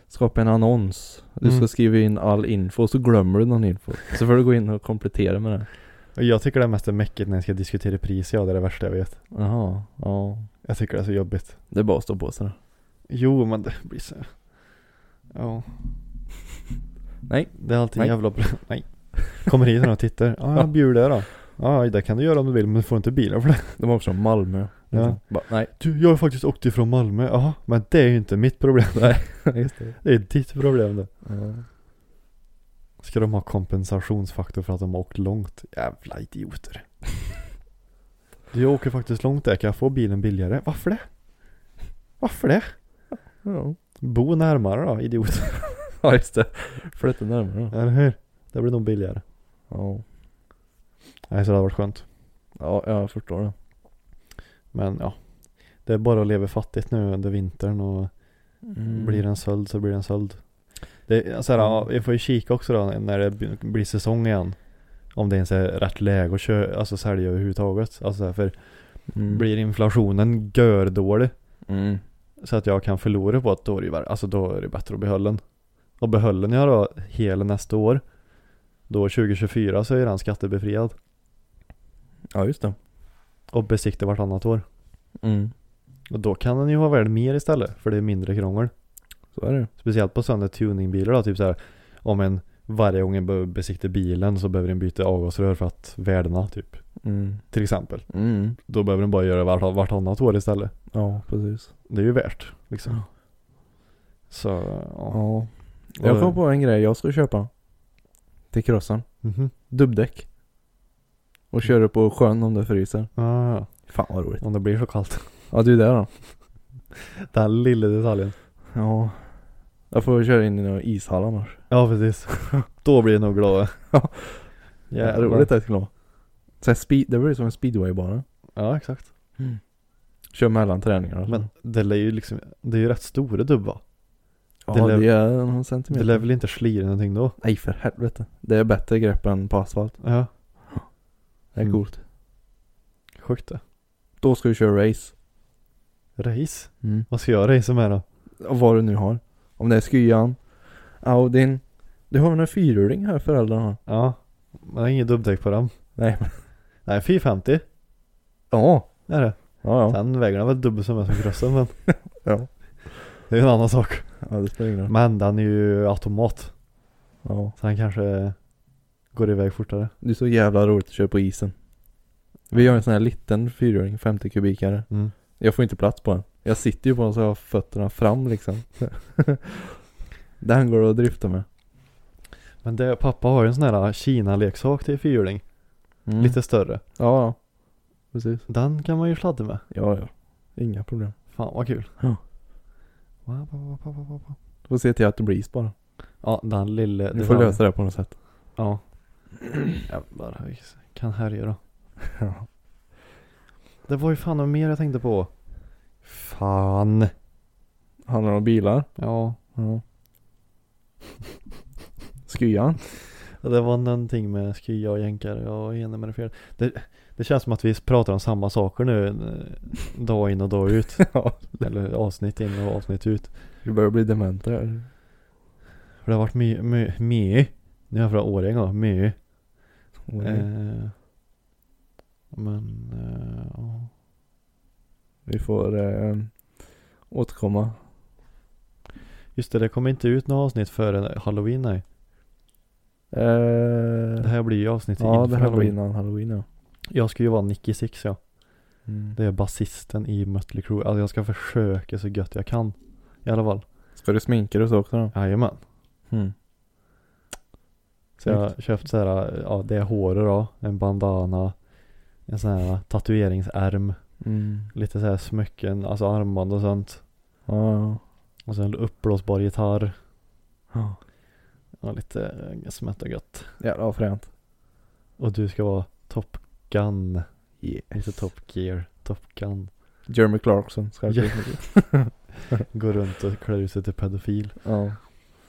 [SPEAKER 2] skapa en annons. Du ska
[SPEAKER 1] Mm.
[SPEAKER 2] skriva in all info och så glömmer du någon info. Så får du gå in och komplettera med det.
[SPEAKER 1] Och jag tycker det mest är mäckigt när jag ska diskutera pris, ja det är det värsta jag vet
[SPEAKER 2] Jaha, ja.
[SPEAKER 1] Jag tycker det är så jobbigt
[SPEAKER 2] Det är bara att stå på sig då.
[SPEAKER 1] Jo men det blir så Ja
[SPEAKER 2] Nej.
[SPEAKER 1] Det är alltid
[SPEAKER 2] Nej.
[SPEAKER 1] en jävla bra- Nej Kommer hit och tittar, ja jag bjuder då Ja det kan du göra om du vill men du får inte bilen för det
[SPEAKER 2] Det var också Malmö.
[SPEAKER 1] Ja.
[SPEAKER 2] Bara, nej,
[SPEAKER 1] Du, jag har faktiskt åkt ifrån Malmö, ja men det är ju inte mitt problem
[SPEAKER 2] just det.
[SPEAKER 1] Det är ditt problem det
[SPEAKER 2] Ja.
[SPEAKER 1] Ska de ha kompensationsfaktor för att de har åkt långt? Jävla idioter. Du, jag åker faktiskt långt där, kan jag få bilen billigare? Varför det? Varför det?
[SPEAKER 2] Ja.
[SPEAKER 1] Bo närmare då, idiot.
[SPEAKER 2] ja, just det. Flytta närmare då.
[SPEAKER 1] Eller hur? Det blir nog billigare.
[SPEAKER 2] Ja.
[SPEAKER 1] Nej, så det hade varit skönt.
[SPEAKER 2] ja, jag förstår det.
[SPEAKER 1] Men ja. Det är bara att leva fattigt nu under vintern och
[SPEAKER 2] Mm.
[SPEAKER 1] Mm. blir det en söld så blir det en söld. Det är så här, ja, vi får ju kika också då när det b- blir säsong igen. Om det ens är rätt läge att köra, alltså sälja överhuvudtaget. Alltså så här, för
[SPEAKER 2] Mm.
[SPEAKER 1] blir inflationen gördålig
[SPEAKER 2] Mm.
[SPEAKER 1] Så att jag kan förlora på att då är det, ju värre- alltså då är det bättre att behålla den. Och behåller jag då hela nästa år, då 2024 så är den skattebefriad.
[SPEAKER 2] Ja, just det.
[SPEAKER 1] Och besiktar vartannat år.
[SPEAKER 2] Mm.
[SPEAKER 1] Och då kan den ju vara värd mer istället, för det är mindre krångel.
[SPEAKER 2] Så är det ju.
[SPEAKER 1] Speciellt på sådana tuningbilar då, typ så här om en varje gång en behöver besikta bilen så behöver den byta avgasrör för att värdena typ.
[SPEAKER 2] Mm.
[SPEAKER 1] Till exempel.
[SPEAKER 2] Mm.
[SPEAKER 1] Då behöver den bara göra vart, vartannat år istället.
[SPEAKER 2] Ja, precis.
[SPEAKER 1] Det är ju värt liksom.
[SPEAKER 2] Ja.
[SPEAKER 1] Så, ja.
[SPEAKER 2] Ja. Jag kom på en grej jag ska köpa. Till krossen.
[SPEAKER 1] Mhm.
[SPEAKER 2] Dubbdäck. Och köra på sjön om det fryser.
[SPEAKER 1] Ah, ja.
[SPEAKER 2] Fan vad roligt.
[SPEAKER 1] om det blir så kallt.
[SPEAKER 2] Ja, det är ju det då.
[SPEAKER 1] Den lilla detaljen.
[SPEAKER 2] Ja. Jag får köra in i någon ishall annars.
[SPEAKER 1] Ja precis. Då blir jag nog glad.
[SPEAKER 2] Ja.
[SPEAKER 1] Jävlar.
[SPEAKER 2] roligt det skulle vara. Så här speed, det blir ju som en speedwaybana.
[SPEAKER 1] Ja exakt.
[SPEAKER 2] Mm. Kör mellan träningarna.
[SPEAKER 1] Men det är ju liksom, det är ju rätt stora dubbar.
[SPEAKER 2] ja,
[SPEAKER 1] det lär-
[SPEAKER 2] det är någon
[SPEAKER 1] Det
[SPEAKER 2] centimeter.
[SPEAKER 1] lär väl inte slira någonting då?
[SPEAKER 2] Nej för helvete. Det är bättre grepp än på asfalt.
[SPEAKER 1] Ja.
[SPEAKER 2] Det är
[SPEAKER 1] Mm.
[SPEAKER 2] coolt.
[SPEAKER 1] Sjukt det.
[SPEAKER 2] Då ska du köra race.
[SPEAKER 1] Race?
[SPEAKER 2] Mm.
[SPEAKER 1] Vad ska jag racea med då?
[SPEAKER 2] Och vad du nu har. Om det är skyan, Audin. Du har väl en fyrhjuling här föräldrarna har?
[SPEAKER 1] Ja. Man har inget dubbdäck på dem.
[SPEAKER 2] Nej men.
[SPEAKER 1] Nej 450
[SPEAKER 2] Ja.
[SPEAKER 1] är det.
[SPEAKER 2] Ja ja.
[SPEAKER 1] Sen väger den väl dubbelt så mycket som krossen men.
[SPEAKER 2] Ja.
[SPEAKER 1] Det är ju en annan sak.
[SPEAKER 2] Ja det spelar ingen roll.
[SPEAKER 1] Men den är ju automat.
[SPEAKER 2] Ja.
[SPEAKER 1] Så den kanske går iväg fortare.
[SPEAKER 2] Det är så jävla roligt att köra på isen. Vi gör en sån här liten fyrhjuling, 50 kubikare.
[SPEAKER 1] Mm.
[SPEAKER 2] Jag får inte plats på den. Jag sitter ju på den så jag har fötterna fram liksom. den går att drifta med.
[SPEAKER 1] Men det, pappa har ju en sån här Kina-leksak till fyrhjuling.
[SPEAKER 2] Mm.
[SPEAKER 1] Lite större.
[SPEAKER 2] Ja, ja. Precis.
[SPEAKER 1] Den kan man ju sladda med.
[SPEAKER 2] Ja, ja. Inga problem.
[SPEAKER 1] Fan vad kul.
[SPEAKER 2] Ja.
[SPEAKER 1] Wa, wa, wa, wa, wa, wa, wa.
[SPEAKER 2] Du får se till att det blir is bara.
[SPEAKER 1] Ja, den lille.
[SPEAKER 2] Du får lösa det på något sätt.
[SPEAKER 1] Ja. Jävlar, vi kan härja då.
[SPEAKER 2] Ja.
[SPEAKER 1] Det var ju fan något mer jag tänkte på. Fan.
[SPEAKER 2] Handlar det om bilar?
[SPEAKER 1] Ja.
[SPEAKER 2] Ja. Skyan?
[SPEAKER 1] Det var någonting med skya och jänkare och ena med det fel. Det, det känns som att vi pratar om samma saker nu. eh, Dag in och dag ut.
[SPEAKER 2] ja.
[SPEAKER 1] Eller avsnitt in och avsnitt ut.
[SPEAKER 2] Vi börjar bli dementa här.
[SPEAKER 1] För det har varit mycket, my, my, nu är jag från Årjäng då, mycket. Eh, men, eh, ja.
[SPEAKER 2] Vi får eh, återkomma.
[SPEAKER 1] Just det, det kommer inte ut några avsnitt före halloween nej.
[SPEAKER 2] Eh,
[SPEAKER 1] Det här blir ju avsnitt
[SPEAKER 2] ja,
[SPEAKER 1] inför
[SPEAKER 2] det här
[SPEAKER 1] halloween.
[SPEAKER 2] var innan halloween ja.
[SPEAKER 1] Jag ska ju vara Nicky Six ja.
[SPEAKER 2] Mm.
[SPEAKER 1] Det är basisten i Mötley Crüe. Alltså jag ska försöka så gött jag kan. I alla fall.
[SPEAKER 2] Ska du sminka dig och så också då?
[SPEAKER 1] Jajamän.
[SPEAKER 2] Mm.
[SPEAKER 1] Så jag har köpt så här, eh, ja det är håret då, en bandana, en sån här tatueringsärm,
[SPEAKER 2] Mm.
[SPEAKER 1] lite så här smycken, alltså armband och sånt.
[SPEAKER 2] Ja, ja.
[SPEAKER 1] Och sen uppblåsbar gitarr.
[SPEAKER 2] ja.
[SPEAKER 1] Och lite eh, smätt och gött.
[SPEAKER 2] Jävlar vad fränt.
[SPEAKER 1] Och du ska vara Top Gun.
[SPEAKER 2] Yes.
[SPEAKER 1] Inte Top Gear, Top Gun.
[SPEAKER 2] Jeremy Clarkson ska jag
[SPEAKER 1] Ja.
[SPEAKER 2] säga.
[SPEAKER 1] Går runt och klär ut sig till pedofil.
[SPEAKER 2] ja.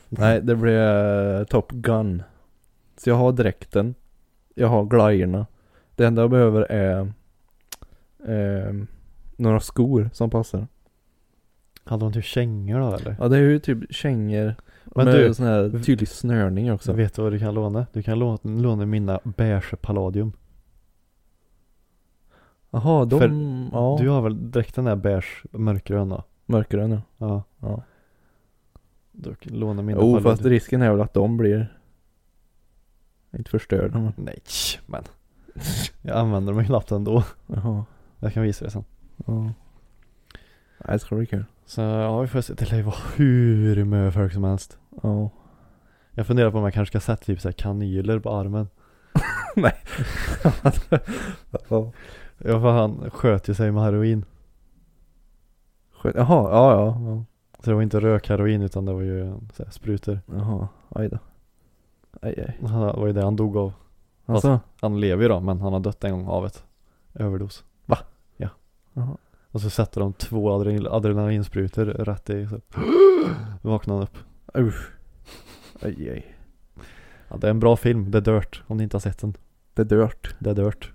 [SPEAKER 2] Nej, det blev eh, Top Gun. Så jag har dräkten. Jag har glajjorna. Det enda jag behöver är eh, några skor som passar.
[SPEAKER 1] Hade hon typ kängor då eller?
[SPEAKER 2] Ja, det är ju typ kängor.
[SPEAKER 1] Men
[SPEAKER 2] med
[SPEAKER 1] du-
[SPEAKER 2] sån här tydlig snörning också.
[SPEAKER 1] Så vet du vad du kan låna? Du kan låna, låna mina beige palladium.
[SPEAKER 2] Jaha, de,
[SPEAKER 1] För
[SPEAKER 2] ja.
[SPEAKER 1] Du har väl dräkten där beige mörkgröna?
[SPEAKER 2] Mörkgröna.
[SPEAKER 1] Ja.
[SPEAKER 2] Ja.
[SPEAKER 1] Du kan låna mina
[SPEAKER 2] Jo,
[SPEAKER 1] palladium.
[SPEAKER 2] fast risken är väl att de blir inte förstörda. Men.
[SPEAKER 1] Nej, men. Jag använder dem ju knappt ändå.
[SPEAKER 2] Jaha.
[SPEAKER 1] Jag kan visa det sen.
[SPEAKER 2] Ja. Nej, det ska bli kul.
[SPEAKER 1] Så ja, vi får se. Det lär ju vara hur mycket folk som helst.
[SPEAKER 2] Ja.
[SPEAKER 1] Jag funderar på om jag kanske ska sätta typ så här kanyler på armen. Ja, för han sköt ju sig med heroin.
[SPEAKER 2] Sköt. Jaha, ja ja. ja.
[SPEAKER 1] Så det var inte rökheroin utan det var ju så här, sprutor.
[SPEAKER 2] Jaha, aj då. Aj aj.
[SPEAKER 1] Han, det var ju det han dog av.
[SPEAKER 2] Alltså?
[SPEAKER 1] Han lever ju då, men han har dött en gång av ett överdos.
[SPEAKER 2] Va?
[SPEAKER 1] Ja.
[SPEAKER 2] Jaha.
[SPEAKER 1] Och så sätter de två adrenal- adrenalinsprutor rätt i så vaknar han upp.
[SPEAKER 2] Usch. Aj aj.
[SPEAKER 1] Ja, det är en bra film, The Dirt, om ni inte har sett den.
[SPEAKER 2] Det är dört.
[SPEAKER 1] The Dirt.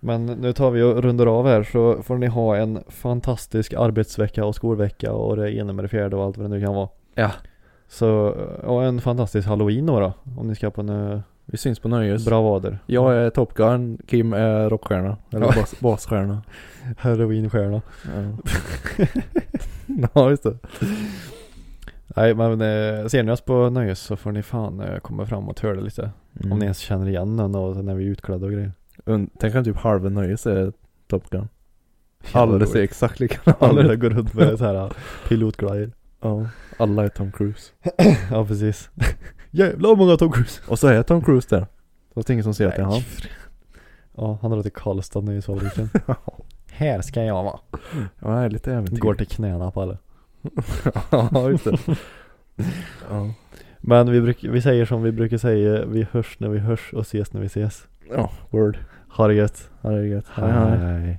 [SPEAKER 1] Men nu tar vi och rundar av här så får ni ha en fantastisk arbetsvecka och skolvecka och det ena med det fjärde och allt vad det nu kan vara.
[SPEAKER 2] Ja.
[SPEAKER 1] Så, och en fantastisk halloween då, då om ni ska på eh, några
[SPEAKER 2] Vi syns på Nöjes.
[SPEAKER 1] bra vader.
[SPEAKER 2] Jag är Top Gun, Kim är rockstjärna. Eller
[SPEAKER 1] Ja.
[SPEAKER 2] bas, basstjärna. Mm.
[SPEAKER 1] Heroinstjärna.
[SPEAKER 2] Ja.
[SPEAKER 1] ja, just det. Nej, men eh, ser ni oss på Nöjes så får ni fan eh, komma fram och törda lite.
[SPEAKER 2] Mm.
[SPEAKER 1] Om ni ens känner igen någon och när vi är utklädda och grejer.
[SPEAKER 2] Und, tänk om typ halva Nöjes är Top Gun. Alla ser exakt likadana
[SPEAKER 1] Alla
[SPEAKER 2] ut.
[SPEAKER 1] går runt med så här eh, pilotglajjor.
[SPEAKER 2] Ja. Alla är Tom Cruise.
[SPEAKER 1] Ja, precis. Jävlar vad många Tom Cruise.
[SPEAKER 2] Och så är Tom Cruise där. Det är ingen som ser att det är han.
[SPEAKER 1] Nej. Ja, han drar till Karlstad nu i Solviken. Här ska jag vara.
[SPEAKER 2] Ja, det är lite äventyr.
[SPEAKER 1] Går till knäna på alla.
[SPEAKER 2] ja, just det. ja.
[SPEAKER 1] Men vi, bruk, vi säger som vi brukar säga, vi hörs när vi hörs och ses när vi ses.
[SPEAKER 2] ja, word.
[SPEAKER 1] Ha det gött.
[SPEAKER 2] Ja, det är gött. Hej, hej.